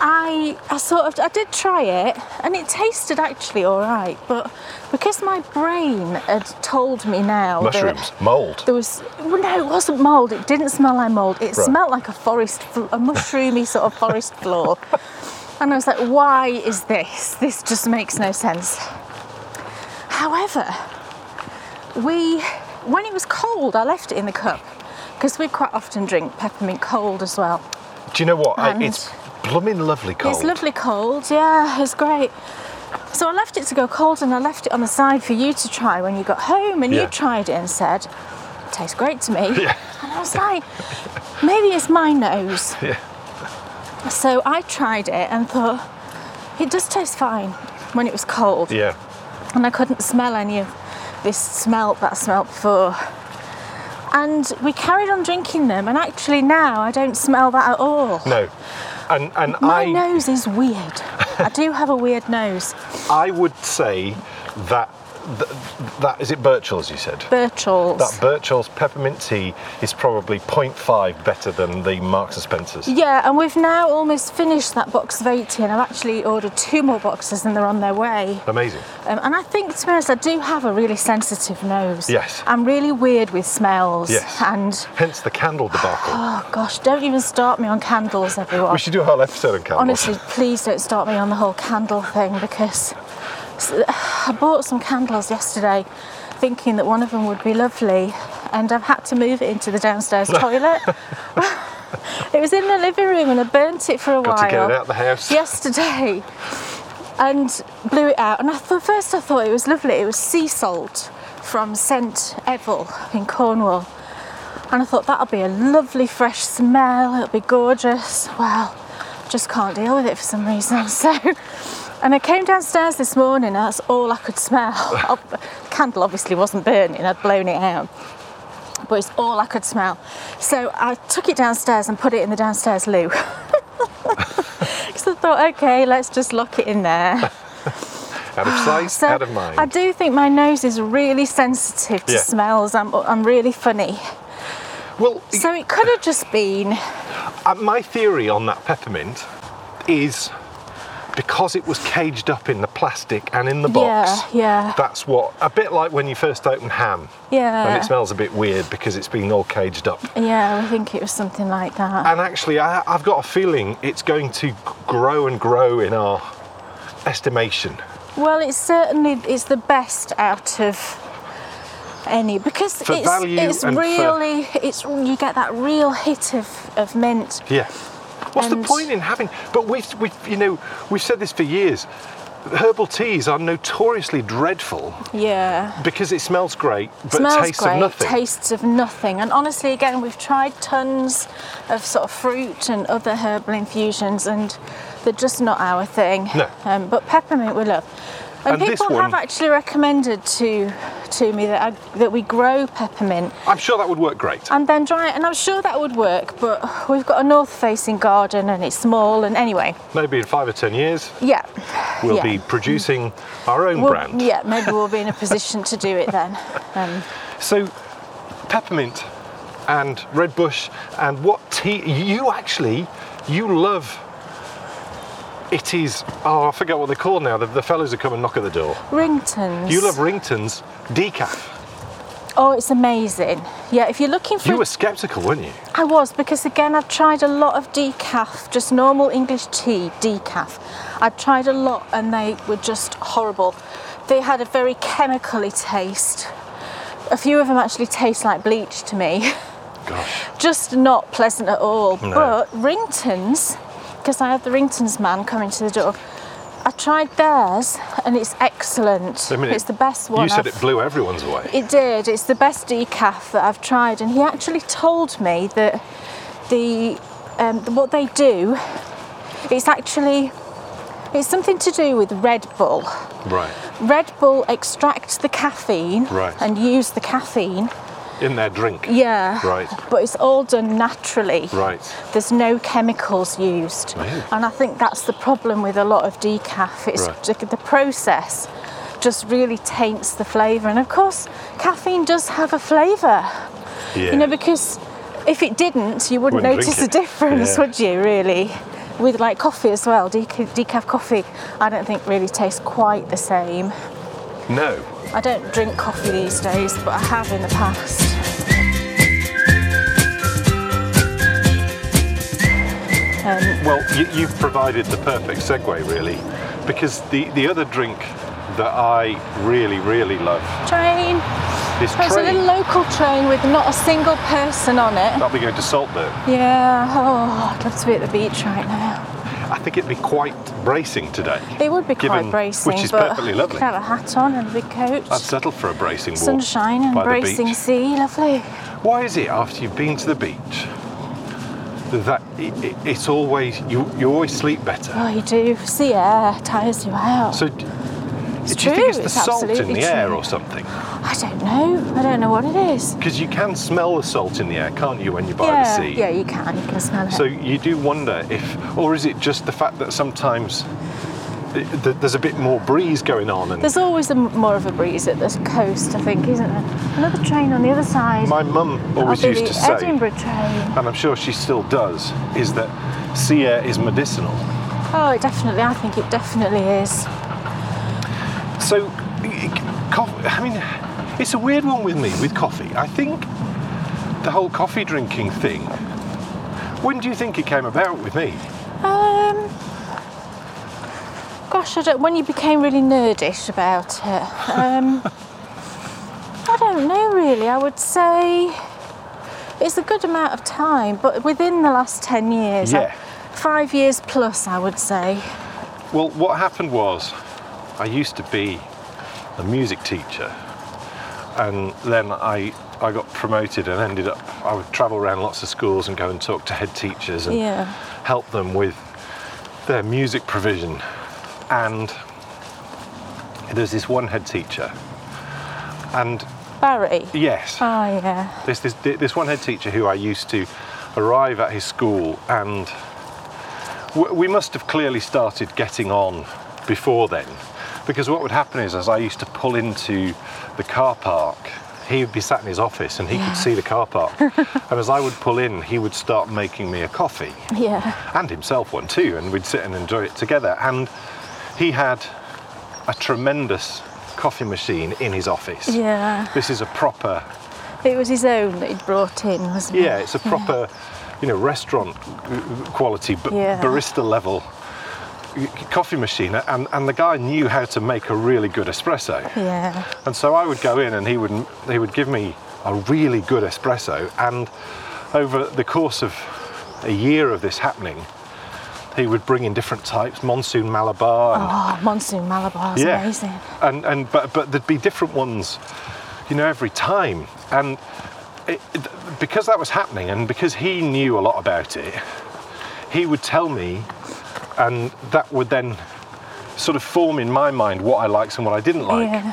[SPEAKER 2] I, I sort of, I did try it and it tasted actually all right. But because my brain had told me now that
[SPEAKER 1] Mushrooms, mould.
[SPEAKER 2] There was well, no, it wasn't mould. It didn't smell like mould.
[SPEAKER 1] Right.
[SPEAKER 2] It smelled like a forest, fl- a mushroomy sort of forest floor. And I was like, why is this? This just makes no sense. However, we, when it was cold, I left it in the cup because we quite often drink peppermint cold as well.
[SPEAKER 1] Do you know what? I,
[SPEAKER 2] And-
[SPEAKER 1] it's blooming lovely cold.
[SPEAKER 2] It's lovely cold, yeah, it's great. So I left it to go cold and I left it on the side for you to try when you got home and
[SPEAKER 1] Yeah.
[SPEAKER 2] you tried it and said, tastes great to me.
[SPEAKER 1] Yeah.
[SPEAKER 2] And I was like, maybe it's my nose.
[SPEAKER 1] Yeah.
[SPEAKER 2] So I tried it and thought, it does taste fine when it was cold.
[SPEAKER 1] Yeah.
[SPEAKER 2] And I couldn't smell any of this smell that I smelt before. And we carried on drinking them and actually now I don't smell that at all.
[SPEAKER 1] No. And and I
[SPEAKER 2] My nose is weird. I do have a weird nose.
[SPEAKER 1] I would say that th- that is it Birchall's you said.
[SPEAKER 2] Birchall's.
[SPEAKER 1] That Birchall's peppermint tea is probably 0.5 better than the Marks and Spencers.
[SPEAKER 2] Yeah, and we've now almost finished that box of 80, and I've actually ordered two more boxes and they're on their way.
[SPEAKER 1] Amazing.
[SPEAKER 2] Um, and I think, to be honest, I do have a really sensitive nose.
[SPEAKER 1] Yes.
[SPEAKER 2] I'm really weird with smells.
[SPEAKER 1] Yes.
[SPEAKER 2] And,
[SPEAKER 1] Hence the candle debacle.
[SPEAKER 2] oh gosh, don't even start me on candles, everyone.
[SPEAKER 1] We should do a whole episode on candles.
[SPEAKER 2] Honestly, please don't start me on the whole candle thing because I bought some candles yesterday thinking that one of them would be lovely and I've had to move it into the downstairs toilet. it was in the living room and I burnt it for a
[SPEAKER 1] Got
[SPEAKER 2] while
[SPEAKER 1] to get it out of the house.
[SPEAKER 2] yesterday and blew it out. And I thought, first I thought it was lovely. It was sea salt from St Evel in Cornwall. And I thought that'll be a lovely fresh smell. It'll be gorgeous. Well, just can't deal with it for some reason. So, and I came downstairs this morning. and That's all I could smell. Ob- Candle obviously wasn't burning. I'd blown it out. But it's all I could smell. So I took it downstairs and put it in the downstairs loo. So I thought, okay, let's just lock it in there.
[SPEAKER 1] Out of sight,
[SPEAKER 2] So
[SPEAKER 1] out of mind.
[SPEAKER 2] I do think my nose is really sensitive to
[SPEAKER 1] Yeah.
[SPEAKER 2] smells. I'm, I'm really funny.
[SPEAKER 1] well,
[SPEAKER 2] So it could have just been,
[SPEAKER 1] uh, my theory on that peppermint is because it was caged up in the plastic and in the box.
[SPEAKER 2] yeah, yeah,
[SPEAKER 1] That's what a bit like when you first open ham.
[SPEAKER 2] yeah.
[SPEAKER 1] And it smells a bit weird because it's been all caged up.
[SPEAKER 2] yeah, I think it was something like that.
[SPEAKER 1] And actually, I, I've got a feeling it's going to grow and grow in our estimation.
[SPEAKER 2] well, it's certainly it's the best out of any because
[SPEAKER 1] For
[SPEAKER 2] it's
[SPEAKER 1] value
[SPEAKER 2] it's
[SPEAKER 1] and for-
[SPEAKER 2] really it's you get that real hit of, of mint.
[SPEAKER 1] Yeah. What's
[SPEAKER 2] And-
[SPEAKER 1] the point in having? But we've, we've, you know, we've said this for years. Herbal teas are notoriously dreadful
[SPEAKER 2] Yeah.
[SPEAKER 1] because it smells great, but
[SPEAKER 2] smells
[SPEAKER 1] tastes
[SPEAKER 2] great,
[SPEAKER 1] of nothing.
[SPEAKER 2] tastes of nothing. And honestly, again, we've tried tons of sort of fruit and other herbal infusions, and they're just not our thing.
[SPEAKER 1] No.
[SPEAKER 2] Um, but peppermint we love.
[SPEAKER 1] And
[SPEAKER 2] And,
[SPEAKER 1] this
[SPEAKER 2] people have
[SPEAKER 1] one-
[SPEAKER 2] actually recommended to to me that I, that we grow peppermint
[SPEAKER 1] I'm sure that would work great.
[SPEAKER 2] and then dry it. And I'm sure that would work, but we've got a north-facing garden and it's small. And anyway,
[SPEAKER 1] Maybe in five or ten years,
[SPEAKER 2] yeah,
[SPEAKER 1] we'll
[SPEAKER 2] yeah.
[SPEAKER 1] be producing our own
[SPEAKER 2] We'll-
[SPEAKER 1] brand.
[SPEAKER 2] Yeah, maybe we'll be in a position to do it then. Um,
[SPEAKER 1] So, peppermint and red bush and what tea? You actually, you love. It is. Oh, I forget what they're called now. The, the fellows that come and knock at the door.
[SPEAKER 2] Ringtons.
[SPEAKER 1] You love Rington's decaf.
[SPEAKER 2] Oh, it's amazing. Yeah, if you're looking for.
[SPEAKER 1] You were sceptical, weren't you?
[SPEAKER 2] I was, because again, I've tried a lot of decaf, just normal English tea, decaf. I've tried a lot and they were just horrible. They had a very chemically taste. A few of them actually taste like bleach to me.
[SPEAKER 1] Gosh.
[SPEAKER 2] Just not pleasant at all. But Ringtons, because I had the Ringtons man coming to the door, I tried theirs and it's excellent.
[SPEAKER 1] I mean,
[SPEAKER 2] it's the best one.
[SPEAKER 1] You said
[SPEAKER 2] I've-
[SPEAKER 1] it blew everyone's away.
[SPEAKER 2] it did. It's the best decaf that I've tried, and he actually told me that the um, what they do, it's actually it's something to do with Red Bull.
[SPEAKER 1] Right.
[SPEAKER 2] Red Bull extract the caffeine
[SPEAKER 1] Right.
[SPEAKER 2] and use the caffeine.
[SPEAKER 1] In their drink.
[SPEAKER 2] Yeah.
[SPEAKER 1] Right.
[SPEAKER 2] But it's all done naturally.
[SPEAKER 1] Right.
[SPEAKER 2] There's no chemicals used.
[SPEAKER 1] Really?
[SPEAKER 2] And I think that's the problem with a lot of decaf. It's
[SPEAKER 1] Right.
[SPEAKER 2] the, the process just really taints the flavour. And of course, caffeine does have a flavour,
[SPEAKER 1] Yeah.
[SPEAKER 2] you know, because if it didn't, you
[SPEAKER 1] Wouldn't
[SPEAKER 2] wouldn't,
[SPEAKER 1] drink
[SPEAKER 2] notice a
[SPEAKER 1] it.
[SPEAKER 2] difference,
[SPEAKER 1] Yeah.
[SPEAKER 2] would you, really? With like coffee as well, decaf, decaf coffee, I don't think really tastes quite the same.
[SPEAKER 1] no.
[SPEAKER 2] I don't drink coffee these days, but I have in the past. Um,
[SPEAKER 1] Well, you, you've provided the perfect segue, really, because the, the other drink that I really, really love
[SPEAKER 2] train.
[SPEAKER 1] is
[SPEAKER 2] It's a
[SPEAKER 1] train.
[SPEAKER 2] little local train with not a single person on it.
[SPEAKER 1] That'll be going to Saltburn.
[SPEAKER 2] Yeah. Oh, I'd love to be at the beach right now.
[SPEAKER 1] think it'd be quite bracing today.
[SPEAKER 2] It would be
[SPEAKER 1] Given-
[SPEAKER 2] quite bracing,
[SPEAKER 1] which is
[SPEAKER 2] but
[SPEAKER 1] perfectly
[SPEAKER 2] you
[SPEAKER 1] lovely.
[SPEAKER 2] could have a hat on and a big coat.
[SPEAKER 1] I'd settle for a bracing walk
[SPEAKER 2] Sunshine and
[SPEAKER 1] by the
[SPEAKER 2] bracing
[SPEAKER 1] beach.
[SPEAKER 2] sea, lovely.
[SPEAKER 1] Why is it after you've been to the beach that it, it, it's always you, you always sleep better?
[SPEAKER 2] Oh, you do. Sea air tires you out.
[SPEAKER 1] So d-
[SPEAKER 2] It's
[SPEAKER 1] do you think
[SPEAKER 2] true,
[SPEAKER 1] it's the
[SPEAKER 2] it's
[SPEAKER 1] salt in
[SPEAKER 2] absolutely
[SPEAKER 1] the air
[SPEAKER 2] true.
[SPEAKER 1] or something?
[SPEAKER 2] I don't know. I don't know what it is.
[SPEAKER 1] Because you can smell the salt in the air, can't you, when you're by
[SPEAKER 2] yeah,
[SPEAKER 1] the sea?
[SPEAKER 2] yeah, you can. You can smell it.
[SPEAKER 1] So you do wonder if, or is it just the fact that sometimes th- th- there's a bit more breeze going on and
[SPEAKER 2] There's always a, more of a breeze at the coast, I think, isn't there? Another train on the other side.
[SPEAKER 1] My mum always
[SPEAKER 2] That'll be
[SPEAKER 1] used
[SPEAKER 2] the
[SPEAKER 1] to say,
[SPEAKER 2] Edinburgh train.
[SPEAKER 1] and I'm sure she still does, is that sea air is medicinal.
[SPEAKER 2] Oh, it definitely. I think it definitely is.
[SPEAKER 1] So, coffee, I mean, it's a weird one with me with coffee. I think the whole coffee drinking thing. When do you think it came about with me?
[SPEAKER 2] Um, gosh, I don't, when you became really nerdish about it, um, I don't know really. I would say it's a good amount of time, but within the last ten years,
[SPEAKER 1] Yeah.
[SPEAKER 2] five years plus, I would say.
[SPEAKER 1] Well, what happened was I used to be a music teacher, and then I, I got promoted and ended up, I would travel around lots of schools and go and talk to head teachers and
[SPEAKER 2] Yeah.
[SPEAKER 1] help them with their music provision. And there's this one head teacher, and
[SPEAKER 2] Barry.
[SPEAKER 1] yes,
[SPEAKER 2] Oh yeah.
[SPEAKER 1] there's this, this one head teacher who I used to arrive at his school, and w- we must have clearly started getting on before then. Because what would happen is, as I used to pull into the car park, he would be sat in his office and he could see the car park. and as I would pull in, he would start making me a coffee
[SPEAKER 2] Yeah.
[SPEAKER 1] and himself one too, and we'd sit and enjoy it together. And he had a tremendous coffee machine in his office.
[SPEAKER 2] Yeah.
[SPEAKER 1] This is a proper
[SPEAKER 2] It was his own that he'd brought in, wasn't it?
[SPEAKER 1] yeah, it's a proper, you know, restaurant uh, quality, but
[SPEAKER 2] Yeah.
[SPEAKER 1] barista level coffee machine, and, and the guy knew how to make a really good espresso.
[SPEAKER 2] Yeah.
[SPEAKER 1] And so I would go in, and he would he would give me a really good espresso. And over the course of a year of this happening, he would bring in different types, monsoon Malabar, and
[SPEAKER 2] Oh, Monsoon Malabar's amazing.
[SPEAKER 1] and and but but there'd be different ones, you know, every time. And it, it- because that was happening, and because he knew a lot about it, he would tell me, and that would then sort of form in my mind what I liked and what I didn't like.
[SPEAKER 2] yeah.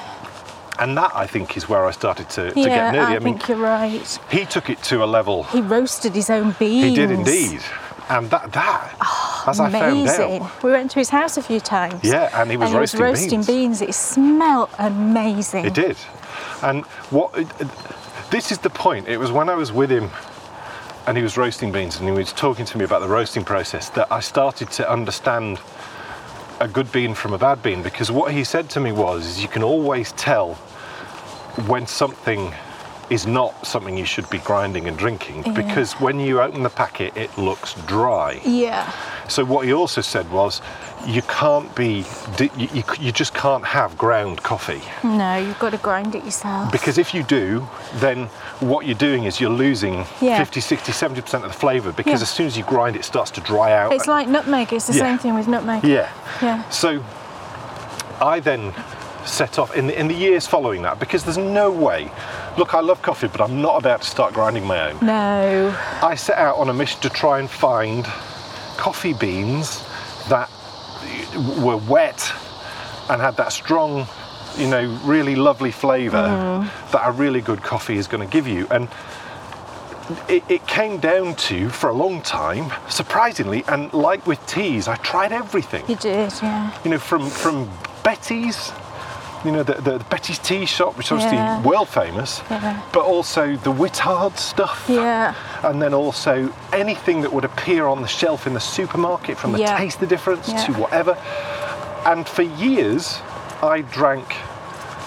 [SPEAKER 1] And that I think is where I started to, to
[SPEAKER 2] yeah,
[SPEAKER 1] get nerdy.
[SPEAKER 2] I,
[SPEAKER 1] I, mean,
[SPEAKER 2] think you're right.
[SPEAKER 1] he took it to a level.
[SPEAKER 2] He roasted his own beans.
[SPEAKER 1] He did indeed, and that that as I found
[SPEAKER 2] Amazing.
[SPEAKER 1] out.
[SPEAKER 2] We went to his house a few times.
[SPEAKER 1] Yeah, and he was
[SPEAKER 2] and
[SPEAKER 1] roasting
[SPEAKER 2] he was roasting
[SPEAKER 1] beans.
[SPEAKER 2] beans. It smelled amazing.
[SPEAKER 1] It did. And what this is the point. It was when I was with him and he was roasting beans and he was talking to me about the roasting process that I started to understand a good bean from a bad bean because what he said to me was is you can always tell when something is not something you should be grinding and drinking because when you open the packet it looks dry.
[SPEAKER 2] Yeah.
[SPEAKER 1] So what he also said was, you can't be, di- you, you, you just can't have ground coffee
[SPEAKER 2] No, you've got to grind it yourself.
[SPEAKER 1] because if you do, then what you're doing is you're losing
[SPEAKER 2] Yeah.
[SPEAKER 1] 50, 60, 70% of the flavour because
[SPEAKER 2] Yeah.
[SPEAKER 1] as soon as you grind, it starts to dry out.
[SPEAKER 2] it's like nutmeg. It's the
[SPEAKER 1] Yeah.
[SPEAKER 2] same thing with nutmeg.
[SPEAKER 1] yeah.
[SPEAKER 2] Yeah.
[SPEAKER 1] So I then set off in the, in the years following that because there's no way. Look, I love coffee, but I'm not about to start grinding my own.
[SPEAKER 2] No.
[SPEAKER 1] I set out on a mission to try and find coffee beans that were wet and had that strong, you know, really lovely flavour
[SPEAKER 2] Mm.
[SPEAKER 1] that a really good coffee is going to give you. And it, it came down to, for a long time, surprisingly, and like with teas, I tried everything
[SPEAKER 2] You did, yeah.
[SPEAKER 1] you know, from from Betty's, you know, the, the Betty's tea shop, which is obviously
[SPEAKER 2] Yeah.
[SPEAKER 1] world famous,
[SPEAKER 2] Yeah.
[SPEAKER 1] but also the Wittard stuff.
[SPEAKER 2] Yeah.
[SPEAKER 1] And then also anything that would appear on the shelf in the supermarket from the
[SPEAKER 2] Yeah.
[SPEAKER 1] taste the difference
[SPEAKER 2] Yeah.
[SPEAKER 1] to whatever. And for years, I drank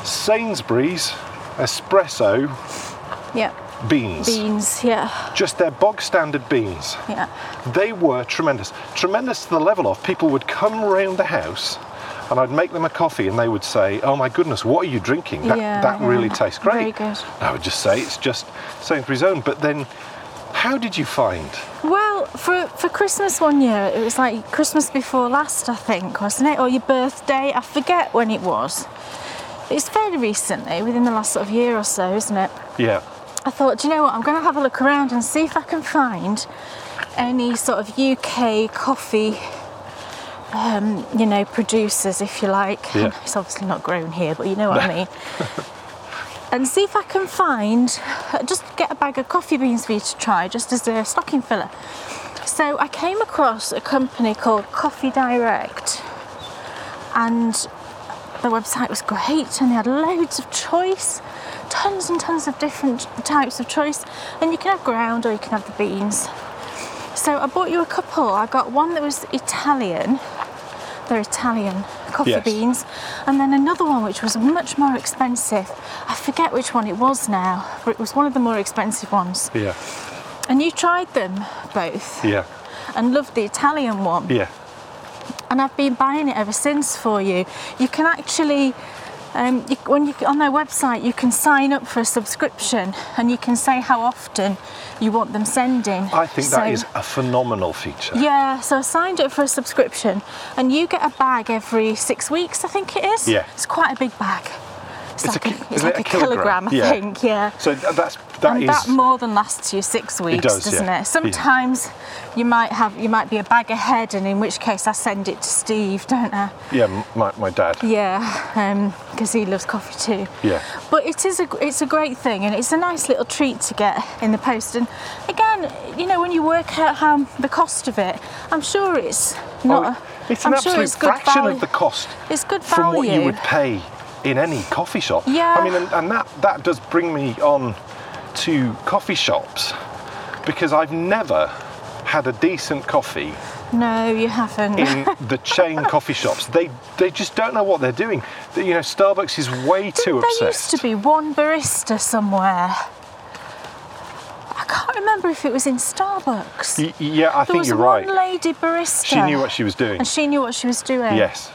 [SPEAKER 1] Sainsbury's espresso
[SPEAKER 2] Yeah.
[SPEAKER 1] beans,
[SPEAKER 2] Beans, yeah.
[SPEAKER 1] just their bog standard beans.
[SPEAKER 2] Yeah.
[SPEAKER 1] They were tremendous. Tremendous to the level of people would come round the house and I'd make them a coffee and they would say, Oh my goodness, what are you drinking? That,
[SPEAKER 2] Yeah,
[SPEAKER 1] that really
[SPEAKER 2] yeah.
[SPEAKER 1] tastes great.
[SPEAKER 2] Very good.
[SPEAKER 1] I would just say it's just Sainsbury's own. But then How did you find?
[SPEAKER 2] Well, for, for Christmas one year, it was like Christmas before last, I think, wasn't it? Or your birthday, I forget when it was. It's fairly recently, within the last sort of year or so, isn't it?
[SPEAKER 1] Yeah.
[SPEAKER 2] I thought, do you know what? I'm going to have a look around and see if I can find any sort of UK coffee, um, you know, producers, if you like.
[SPEAKER 1] Yeah.
[SPEAKER 2] It's obviously not grown here, but you know what I mean. and see if I can find, uh, just get a bag of coffee beans for you to try, just as a stocking filler. So I came across a company called Coffee Direct, and the website was great and they had loads of choice tons and tons of different types of choice and you can have ground or you can have the beans so i bought you a couple i got one that was italian they're italian coffee
[SPEAKER 1] Yes.
[SPEAKER 2] beans and then another one which was much more expensive i forget which one it was now but it was one of the more expensive ones
[SPEAKER 1] Yeah.
[SPEAKER 2] and you tried them both
[SPEAKER 1] Yeah.
[SPEAKER 2] and loved the italian one
[SPEAKER 1] Yeah.
[SPEAKER 2] and I've been buying it ever since for you. You can actually, um, you, when you on their website, you can sign up for a subscription, and you can say how often you want them sending.
[SPEAKER 1] I think that
[SPEAKER 2] So-
[SPEAKER 1] is a phenomenal feature.
[SPEAKER 2] Yeah, so I signed up for a subscription, and you get a bag every six weeks. I think it is.
[SPEAKER 1] Yeah.
[SPEAKER 2] it's quite a big bag. It's,
[SPEAKER 1] It's a
[SPEAKER 2] like
[SPEAKER 1] ki-
[SPEAKER 2] a,
[SPEAKER 1] is
[SPEAKER 2] it's
[SPEAKER 1] it
[SPEAKER 2] like
[SPEAKER 1] a
[SPEAKER 2] a
[SPEAKER 1] kilogram?
[SPEAKER 2] kilogram,
[SPEAKER 1] Yeah.
[SPEAKER 2] I think. Yeah.
[SPEAKER 1] So th- that's that
[SPEAKER 2] and
[SPEAKER 1] is
[SPEAKER 2] that more than lasts you six weeks,
[SPEAKER 1] does,
[SPEAKER 2] does, not
[SPEAKER 1] yeah.
[SPEAKER 2] it? Sometimes you might have you might be a bag ahead, and in which case I send it to Steve, don't I?
[SPEAKER 1] yeah m- my, my dad.
[SPEAKER 2] Yeah, because he loves coffee too.
[SPEAKER 1] Yeah.
[SPEAKER 2] But it is a it's a great thing, and it's a nice little treat to get in the post. And again, you know, when you work out how the cost of it, I'm sure it's not.
[SPEAKER 1] Oh,
[SPEAKER 2] a,
[SPEAKER 1] it's an
[SPEAKER 2] I'm
[SPEAKER 1] absolute
[SPEAKER 2] sure it's good
[SPEAKER 1] fraction
[SPEAKER 2] value.
[SPEAKER 1] of the cost
[SPEAKER 2] It's good value.
[SPEAKER 1] from what you would pay in any coffee shop.
[SPEAKER 2] Yeah.
[SPEAKER 1] I mean, and, and that, that does bring me on to coffee shops because I've never had a decent coffee
[SPEAKER 2] no, you haven't.
[SPEAKER 1] in the chain coffee shops. They they just don't know what they're doing. You know, Starbucks is way too
[SPEAKER 2] there
[SPEAKER 1] obsessed.
[SPEAKER 2] used to be one barista somewhere. I can't remember if it was in Starbucks.
[SPEAKER 1] Y- yeah, I
[SPEAKER 2] there
[SPEAKER 1] think
[SPEAKER 2] was
[SPEAKER 1] you're
[SPEAKER 2] one
[SPEAKER 1] right.
[SPEAKER 2] lady barista.
[SPEAKER 1] She knew what she was doing.
[SPEAKER 2] and she knew what she was doing.
[SPEAKER 1] Yes.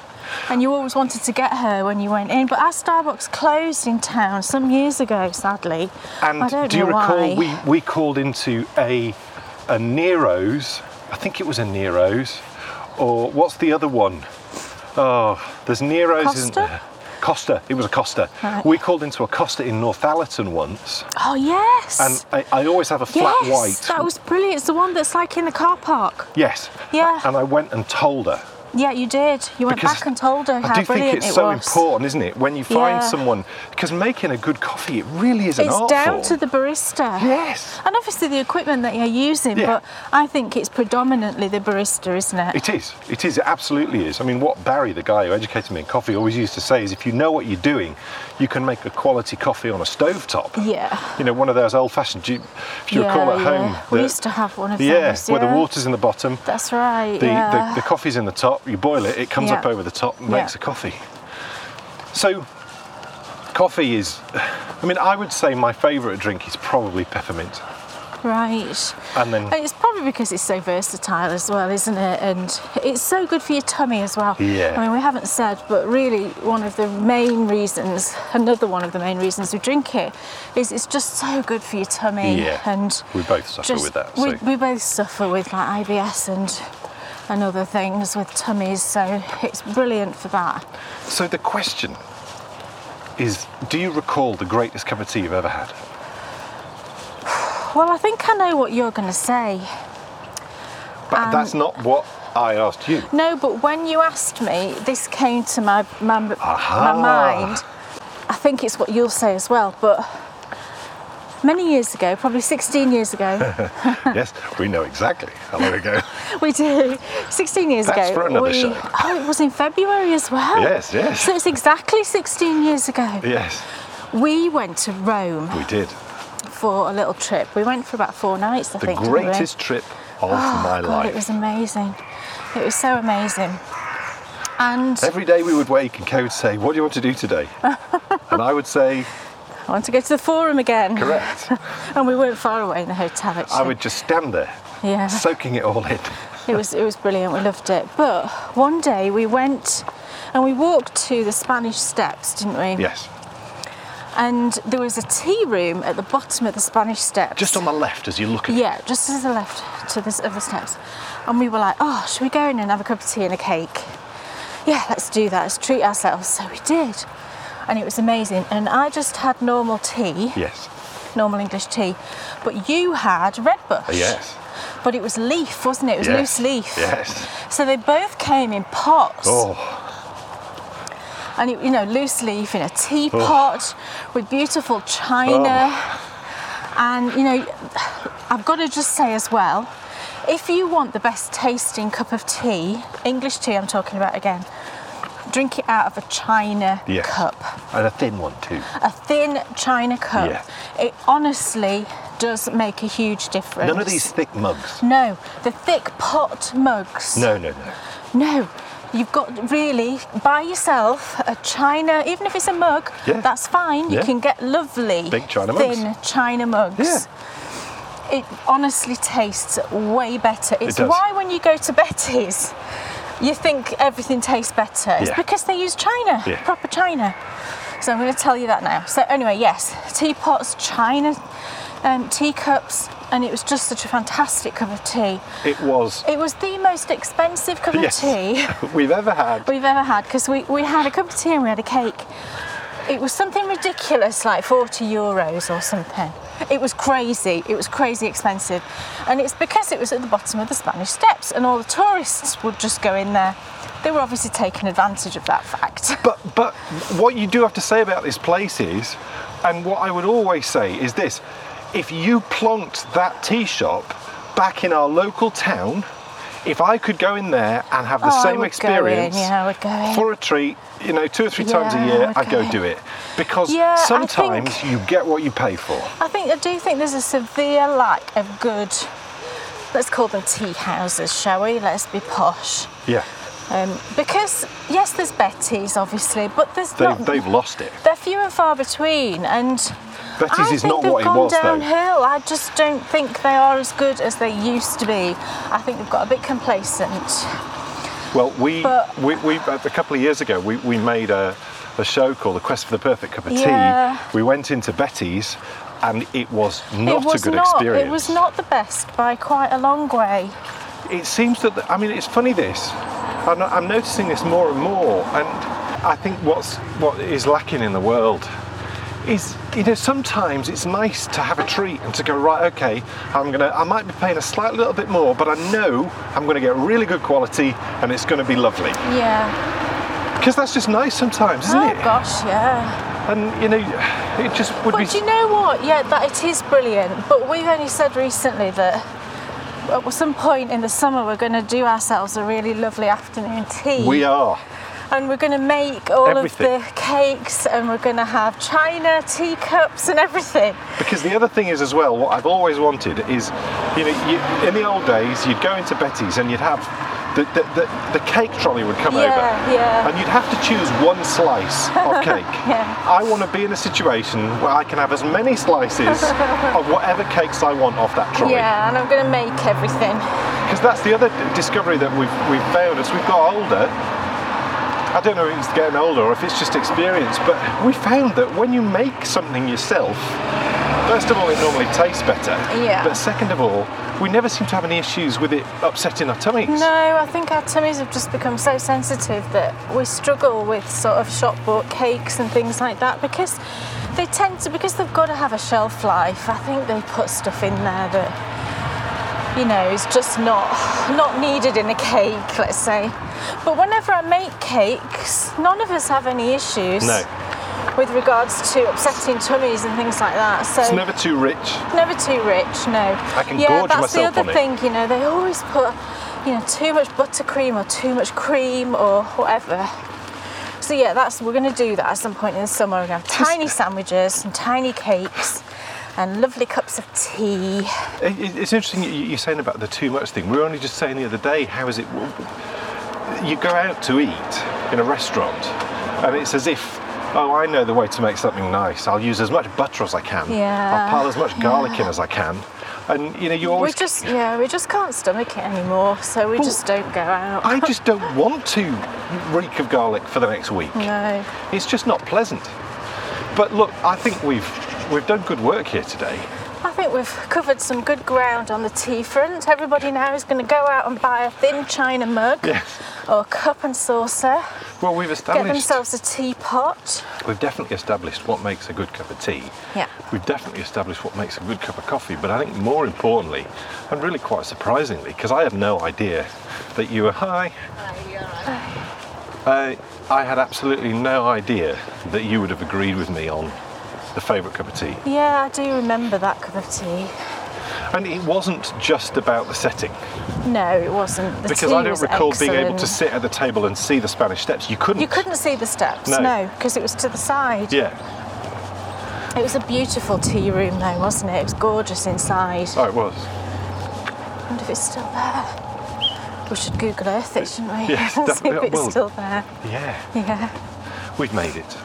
[SPEAKER 2] And you always wanted to get her when you went in, but our Starbucks closed in town some years ago, sadly. I
[SPEAKER 1] And
[SPEAKER 2] don't
[SPEAKER 1] do you
[SPEAKER 2] know
[SPEAKER 1] recall
[SPEAKER 2] why.
[SPEAKER 1] we, we called into a a Nero's, I think it was a Nero's, or what's the other one? Oh, there's Nero's isn't
[SPEAKER 2] Costa?
[SPEAKER 1] there? Costa, it was a Costa.
[SPEAKER 2] Right.
[SPEAKER 1] We called into a Costa in Northallerton once,
[SPEAKER 2] Oh yes.
[SPEAKER 1] and I, I always have a flat
[SPEAKER 2] yes,
[SPEAKER 1] white.
[SPEAKER 2] that was brilliant. It's the one that's like in the car park.
[SPEAKER 1] yes.
[SPEAKER 2] Yeah.
[SPEAKER 1] And I went and told her.
[SPEAKER 2] Yeah, you did. You went
[SPEAKER 1] Because
[SPEAKER 2] back and told her how
[SPEAKER 1] I do
[SPEAKER 2] brilliant
[SPEAKER 1] think it's
[SPEAKER 2] it
[SPEAKER 1] so
[SPEAKER 2] was.
[SPEAKER 1] important, isn't it? When you find
[SPEAKER 2] Yeah.
[SPEAKER 1] someone, because making a good coffee, it really is an
[SPEAKER 2] It's
[SPEAKER 1] art
[SPEAKER 2] down
[SPEAKER 1] form.
[SPEAKER 2] to the barista.
[SPEAKER 1] Yes,
[SPEAKER 2] And obviously the equipment that you're using,
[SPEAKER 1] Yeah.
[SPEAKER 2] but I think it's predominantly the barista, isn't it?
[SPEAKER 1] it is. It is. It absolutely is. I mean, what Barry, the guy who educated me in coffee, always used to say is, if you know what you're doing, you can make a quality coffee on a stovetop.
[SPEAKER 2] yeah.
[SPEAKER 1] You know, one of those old-fashioned. do you- If you
[SPEAKER 2] yeah,
[SPEAKER 1] recall at
[SPEAKER 2] yeah.
[SPEAKER 1] home,
[SPEAKER 2] we
[SPEAKER 1] the-
[SPEAKER 2] used to have one of
[SPEAKER 1] yeah,
[SPEAKER 2] those.
[SPEAKER 1] where the water's in the bottom,
[SPEAKER 2] That's right.
[SPEAKER 1] the,
[SPEAKER 2] yeah.
[SPEAKER 1] the, the coffee's in the top, you boil it, it comes
[SPEAKER 2] Yeah.
[SPEAKER 1] up over the top and
[SPEAKER 2] Yeah.
[SPEAKER 1] makes a coffee. So, coffee is, I mean, I would say my favourite drink is probably peppermint.
[SPEAKER 2] Right.
[SPEAKER 1] And then,
[SPEAKER 2] And It's probably because it's so versatile as well, isn't it? And it's so good for your tummy as well.
[SPEAKER 1] Yeah.
[SPEAKER 2] I mean, we haven't said, but really, one of the main reasons, another one of the main reasons we drink it, is it's just so good for your tummy.
[SPEAKER 1] Yeah.
[SPEAKER 2] And
[SPEAKER 1] we both suffer
[SPEAKER 2] just
[SPEAKER 1] with that.
[SPEAKER 2] we,
[SPEAKER 1] So,
[SPEAKER 2] we both suffer with like IBS and and other things with tummies, so it's brilliant for that.
[SPEAKER 1] so, the question is do you recall the greatest cup of tea you've ever had?
[SPEAKER 2] Well, I think I know what you're going to say.
[SPEAKER 1] But
[SPEAKER 2] Um,
[SPEAKER 1] that's not what I asked you.
[SPEAKER 2] No, but when you asked me, this came to my my,
[SPEAKER 1] Aha.
[SPEAKER 2] my mind. I think it's what you'll say as well, but many years ago, probably 16 years ago,
[SPEAKER 1] yes, we know exactly how long ago.
[SPEAKER 2] we do 16 years
[SPEAKER 1] That's
[SPEAKER 2] ago.
[SPEAKER 1] for another
[SPEAKER 2] we,
[SPEAKER 1] show.
[SPEAKER 2] Oh, it was in February as well.
[SPEAKER 1] Yes, yes.
[SPEAKER 2] So it's exactly 16 years ago.
[SPEAKER 1] yes,
[SPEAKER 2] We went to Rome
[SPEAKER 1] we did.
[SPEAKER 2] for a little trip. We went for about four nights, I
[SPEAKER 1] The
[SPEAKER 2] think. didn't we?
[SPEAKER 1] greatest trip of my
[SPEAKER 2] Oh, God,
[SPEAKER 1] life.
[SPEAKER 2] it was amazing. It was so amazing. And
[SPEAKER 1] Every day we would wake and Kay would say, What do you want to do today? and I would say,
[SPEAKER 2] I want to go to the forum again.
[SPEAKER 1] Correct.
[SPEAKER 2] And we weren't far away in the hotel
[SPEAKER 1] I
[SPEAKER 2] actually.
[SPEAKER 1] would just stand there,
[SPEAKER 2] Yeah.
[SPEAKER 1] soaking it all in.
[SPEAKER 2] It was it was brilliant. We loved it. But one day we went and we walked to the Spanish Steps, didn't we?
[SPEAKER 1] Yes.
[SPEAKER 2] And there was a tea room at the bottom of the Spanish steps.
[SPEAKER 1] Just on the left as you look at it.
[SPEAKER 2] Yeah, just to the left to this of the steps. And we were like, oh, should we go in and have a cup of tea and a cake? Yeah, let's do that. Let's treat ourselves. So we did. And it was amazing. And I just had normal tea,
[SPEAKER 1] Yes.
[SPEAKER 2] normal English tea, but you had redbush.
[SPEAKER 1] Yes.
[SPEAKER 2] But it was leaf, wasn't it? It was
[SPEAKER 1] yes.
[SPEAKER 2] loose leaf.
[SPEAKER 1] Yes.
[SPEAKER 2] So they both came in pots.
[SPEAKER 1] Oh,
[SPEAKER 2] and it, you know loose leaf in a
[SPEAKER 1] Oh.
[SPEAKER 2] teapot with beautiful china and you know i've got to just say as well if you want the best tasting cup of tea english tea i'm talking about again drink it out of a china
[SPEAKER 1] yes.
[SPEAKER 2] cup
[SPEAKER 1] And a thin one too.
[SPEAKER 2] a thin china cup
[SPEAKER 1] Yes.
[SPEAKER 2] it honestly does make a huge difference
[SPEAKER 1] None of these thick mugs.
[SPEAKER 2] no the thick pot mugs
[SPEAKER 1] No, no, no.
[SPEAKER 2] no, you've got really buy yourself a china, even if it's a mug.
[SPEAKER 1] Yeah.
[SPEAKER 2] That's fine.
[SPEAKER 1] Yeah.
[SPEAKER 2] You can get lovely
[SPEAKER 1] Big china mugs.
[SPEAKER 2] thin china mugs. It honestly tastes way better. It's
[SPEAKER 1] does.
[SPEAKER 2] why when you go to Betty's, you think everything tastes better. It's
[SPEAKER 1] Yeah.
[SPEAKER 2] because they use china,
[SPEAKER 1] Yeah.
[SPEAKER 2] proper china. So I'm going to tell you that now. So anyway, yes, teapots, china, um, teacups, and it was just such a fantastic cup of tea.
[SPEAKER 1] It was
[SPEAKER 2] It was the most expensive cup
[SPEAKER 1] yes.
[SPEAKER 2] of tea
[SPEAKER 1] we've ever had.
[SPEAKER 2] we've ever had because we, we had a cup of tea and we had a cake. It was something ridiculous, like 40 euros or something. It was crazy. It was crazy expensive. And it's because it was at the bottom of the Spanish steps and all the tourists would just go in there. They were obviously taking advantage of that fact.
[SPEAKER 1] But but what you do have to say about this place is, and what I would always say is this: if you plonked that tea shop back in our local town, if I could go in there and have the
[SPEAKER 2] Oh, I
[SPEAKER 1] same
[SPEAKER 2] would go in,
[SPEAKER 1] experience
[SPEAKER 2] yeah, I would go in.
[SPEAKER 1] for a treat, you know, two or three times
[SPEAKER 2] Yeah,
[SPEAKER 1] a
[SPEAKER 2] I
[SPEAKER 1] year,
[SPEAKER 2] would
[SPEAKER 1] I'd
[SPEAKER 2] go
[SPEAKER 1] go
[SPEAKER 2] in.
[SPEAKER 1] do it because
[SPEAKER 2] Yeah, I think-
[SPEAKER 1] sometimes you get what you pay for.
[SPEAKER 2] I think I do think there's a severe lack of good, let's call them tea houses, shall we? Let's be posh.
[SPEAKER 1] Yeah,
[SPEAKER 2] Um, because, yes, there's Betty's obviously, but there's
[SPEAKER 1] they've,
[SPEAKER 2] not
[SPEAKER 1] they've lost it.
[SPEAKER 2] they're few and far between, and
[SPEAKER 1] Betty's
[SPEAKER 2] I
[SPEAKER 1] is
[SPEAKER 2] think
[SPEAKER 1] not
[SPEAKER 2] they've
[SPEAKER 1] what it
[SPEAKER 2] gone
[SPEAKER 1] was, though.
[SPEAKER 2] downhill. I just don't think they are as good as they used to be. I think they've got a bit complacent.
[SPEAKER 1] Well, we,
[SPEAKER 2] But-
[SPEAKER 1] we, we a couple of years ago, we, we made a, a show called The Quest for the Perfect Cup of
[SPEAKER 2] Yeah.
[SPEAKER 1] Tea. We went into Betty's and it was
[SPEAKER 2] it
[SPEAKER 1] not
[SPEAKER 2] was
[SPEAKER 1] a good
[SPEAKER 2] not.
[SPEAKER 1] experience.
[SPEAKER 2] It was not the best by quite a long way.
[SPEAKER 1] It seems that, the, I mean, it's funny this. I'm, I'm noticing this more and more. And I think what's, what is lacking in the world is, you know, sometimes it's nice to have a treat and to go, right, okay, I'm going to, I might be paying a slight little bit more, but I know I'm going to get really good quality and it's going to be lovely.
[SPEAKER 2] Yeah.
[SPEAKER 1] Because that's just nice sometimes, isn't
[SPEAKER 2] oh
[SPEAKER 1] it?
[SPEAKER 2] gosh, yeah.
[SPEAKER 1] And you know, it just would be.
[SPEAKER 2] But do you know what? Yeah, that it is brilliant. But we've only said recently that at some point in the summer we're going to do ourselves a really lovely afternoon tea.
[SPEAKER 1] we are.
[SPEAKER 2] and we're going to make all
[SPEAKER 1] Everything.
[SPEAKER 2] of the cakes and we're going to have china teacups and everything
[SPEAKER 1] Because the other thing is as well, what I've always wanted is, you know, you, in the old days, you'd go into Betty's and you'd have the, the, the, the cake trolley would come
[SPEAKER 2] Yeah,
[SPEAKER 1] over,
[SPEAKER 2] yeah.
[SPEAKER 1] and you'd have to choose one slice of cake.
[SPEAKER 2] Yeah.
[SPEAKER 1] I want to be in a situation where I can have as many slices of whatever cakes I want off that trolley.
[SPEAKER 2] yeah and i'm going to make everything
[SPEAKER 1] Because that's the other discovery that we've, we've found as we've got older. I don't know if it's getting older or if it's just experience, but we found that when you make something yourself, first of all, it normally tastes better.
[SPEAKER 2] Yeah.
[SPEAKER 1] But second of all, we never seem to have any issues with it upsetting our tummies.
[SPEAKER 2] no i think our tummies have just become so sensitive that we struggle with sort of shop bought cakes and things like that because they tend to because they've got to have a shelf life i think they put stuff in there that you know is just not not needed in a cake let's say but whenever i make cakes none of us have any issues
[SPEAKER 1] No.
[SPEAKER 2] with regards to upsetting tummies and things like that. So
[SPEAKER 1] It's never too rich.
[SPEAKER 2] never too rich, no.
[SPEAKER 1] I can
[SPEAKER 2] yeah,
[SPEAKER 1] gorge
[SPEAKER 2] that's
[SPEAKER 1] myself
[SPEAKER 2] the
[SPEAKER 1] on
[SPEAKER 2] other
[SPEAKER 1] it.
[SPEAKER 2] thing. You know, they always put, you know, too much buttercream or too much cream or whatever. So yeah, that's we're going to do that at some point in the summer. We're going to have tiny sandwiches and tiny cakes. And lovely cups of tea.
[SPEAKER 1] It- it- It's interesting you- you're saying about the too much thing. We were only just saying the other day, how is it? You go out to eat in a restaurant, and it's as if, oh, I know the way to make something nice. I'll use as much butter as I can.
[SPEAKER 2] Yeah,
[SPEAKER 1] I'll pile as much garlic in as I can. And you know, you
[SPEAKER 2] We
[SPEAKER 1] always.
[SPEAKER 2] just, yeah, we just can't stomach it anymore, so we just don't go out.
[SPEAKER 1] I just don't want to reek of garlic for the next week.
[SPEAKER 2] no.
[SPEAKER 1] It's just not pleasant. But look, I think we've we've done good work here today.
[SPEAKER 2] I think we've covered some good ground on the tea front. Everybody now is going to go out and buy a thin china mug
[SPEAKER 1] Yeah.
[SPEAKER 2] or cup and saucer,
[SPEAKER 1] Well, we've
[SPEAKER 2] get
[SPEAKER 1] established
[SPEAKER 2] themselves a teapot.
[SPEAKER 1] we've definitely established what makes a good cup of tea.
[SPEAKER 2] Yeah.
[SPEAKER 1] We've definitely established what makes a good cup of coffee, but I think more importantly, and really quite surprisingly, because I had no idea that you were hi. I, I had absolutely no idea that you would have agreed with me on the favourite cup of tea.
[SPEAKER 2] Yeah, I do remember that cup of tea.
[SPEAKER 1] And it wasn't just about the setting,
[SPEAKER 2] No, it wasn't. The
[SPEAKER 1] because
[SPEAKER 2] tea
[SPEAKER 1] I don't
[SPEAKER 2] was
[SPEAKER 1] recall being able
[SPEAKER 2] excellent.
[SPEAKER 1] to sit at the table and see the Spanish steps. You couldn't.
[SPEAKER 2] You couldn't see the steps,
[SPEAKER 1] No.
[SPEAKER 2] no, because it was to the side.
[SPEAKER 1] Yeah.
[SPEAKER 2] It was a beautiful tea room, though, wasn't it? It was gorgeous inside.
[SPEAKER 1] Oh, it was.
[SPEAKER 2] I wonder if it's still there. We should Google Earth it, shouldn't we?
[SPEAKER 1] Yes,
[SPEAKER 2] And see if
[SPEAKER 1] definitely, I
[SPEAKER 2] it's
[SPEAKER 1] will.
[SPEAKER 2] still there.
[SPEAKER 1] Yeah.
[SPEAKER 2] Yeah.
[SPEAKER 1] We've made it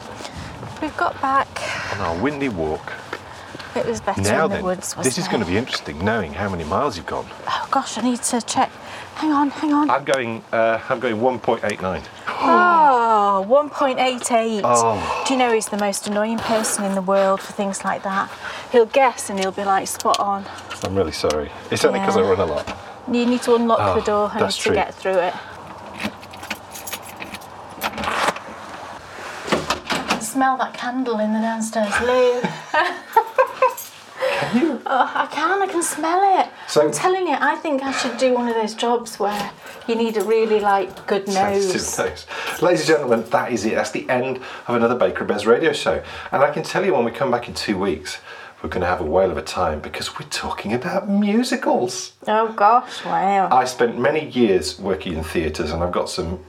[SPEAKER 2] We've got back.
[SPEAKER 1] on our windy walk.
[SPEAKER 2] It was better
[SPEAKER 1] Now
[SPEAKER 2] in the
[SPEAKER 1] then,
[SPEAKER 2] woods, wasn't
[SPEAKER 1] this is
[SPEAKER 2] it?
[SPEAKER 1] going to be interesting, knowing how many miles you've gone.
[SPEAKER 2] Oh gosh, I need to check. Hang on, hang on.
[SPEAKER 1] I'm going. Uh, I'm going 1.89.
[SPEAKER 2] Oh, 1.88.
[SPEAKER 1] Oh.
[SPEAKER 2] Do you know he's the most annoying person in the world for things like that? He'll guess and he'll be like, spot on.
[SPEAKER 1] I'm really sorry. It's only because I
[SPEAKER 2] Yeah.
[SPEAKER 1] run a lot.
[SPEAKER 2] You need to unlock the
[SPEAKER 1] Oh,
[SPEAKER 2] door, honey,
[SPEAKER 1] that's
[SPEAKER 2] to
[SPEAKER 1] true.
[SPEAKER 2] get through it. I can smell that candle in the downstairs loo. can you? Oh, I can, I can smell it.
[SPEAKER 1] So-
[SPEAKER 2] I'm telling you, I think I should do one of those jobs where you need a really like good nose.
[SPEAKER 1] Sensitive nose. Ladies and gentlemen, that is it. That's the end of another Baker Bez radio show. And I can tell you when we come back in two weeks, we're going to have a whale of a time because we're talking about musicals.
[SPEAKER 2] Oh gosh, wow.
[SPEAKER 1] I spent many years working in theatres, and I've got some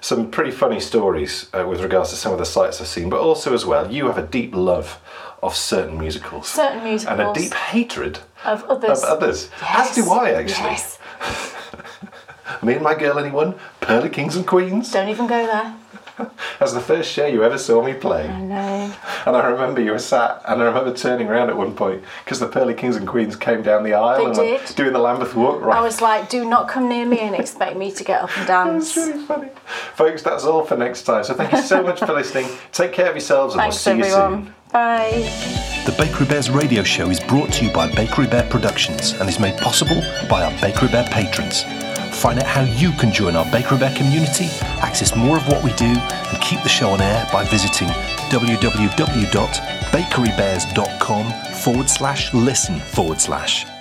[SPEAKER 1] some pretty funny stories uh, with regards to some of the sights I've seen. But also, as well, you have a deep love of certain musicals,
[SPEAKER 2] Certain musicals.
[SPEAKER 1] and a deep hatred
[SPEAKER 2] Of others.
[SPEAKER 1] Of others, as
[SPEAKER 2] Yes,
[SPEAKER 1] do I actually.
[SPEAKER 2] Yes.
[SPEAKER 1] Me and my girl, anyone, Pearly Kings and Queens.
[SPEAKER 2] Don't even go there.
[SPEAKER 1] That's the first show you ever saw me play.
[SPEAKER 2] I know.
[SPEAKER 1] And I remember you were sat, and I remember turning around at one point because the Pearly Kings and Queens came down the aisle
[SPEAKER 2] They
[SPEAKER 1] and
[SPEAKER 2] did.
[SPEAKER 1] were doing the Lambeth Walk. Right.
[SPEAKER 2] I was like, do not come near me and expect me to get up and dance.
[SPEAKER 1] That's really funny. Folks, that's all for next time. So thank you so much for listening. Take care of yourselves and
[SPEAKER 2] Thanks,
[SPEAKER 1] we'll see you
[SPEAKER 2] everyone.
[SPEAKER 1] soon.
[SPEAKER 2] Bye.
[SPEAKER 3] The Bakery Bears radio show is brought to you by Bakery Bear Productions and is made possible by our Bakery Bear patrons. Find out how you can join our Bakery Bear community, access more of what we do, and keep the show on air by visiting www.bakerybears.com forward slash listen forward slash.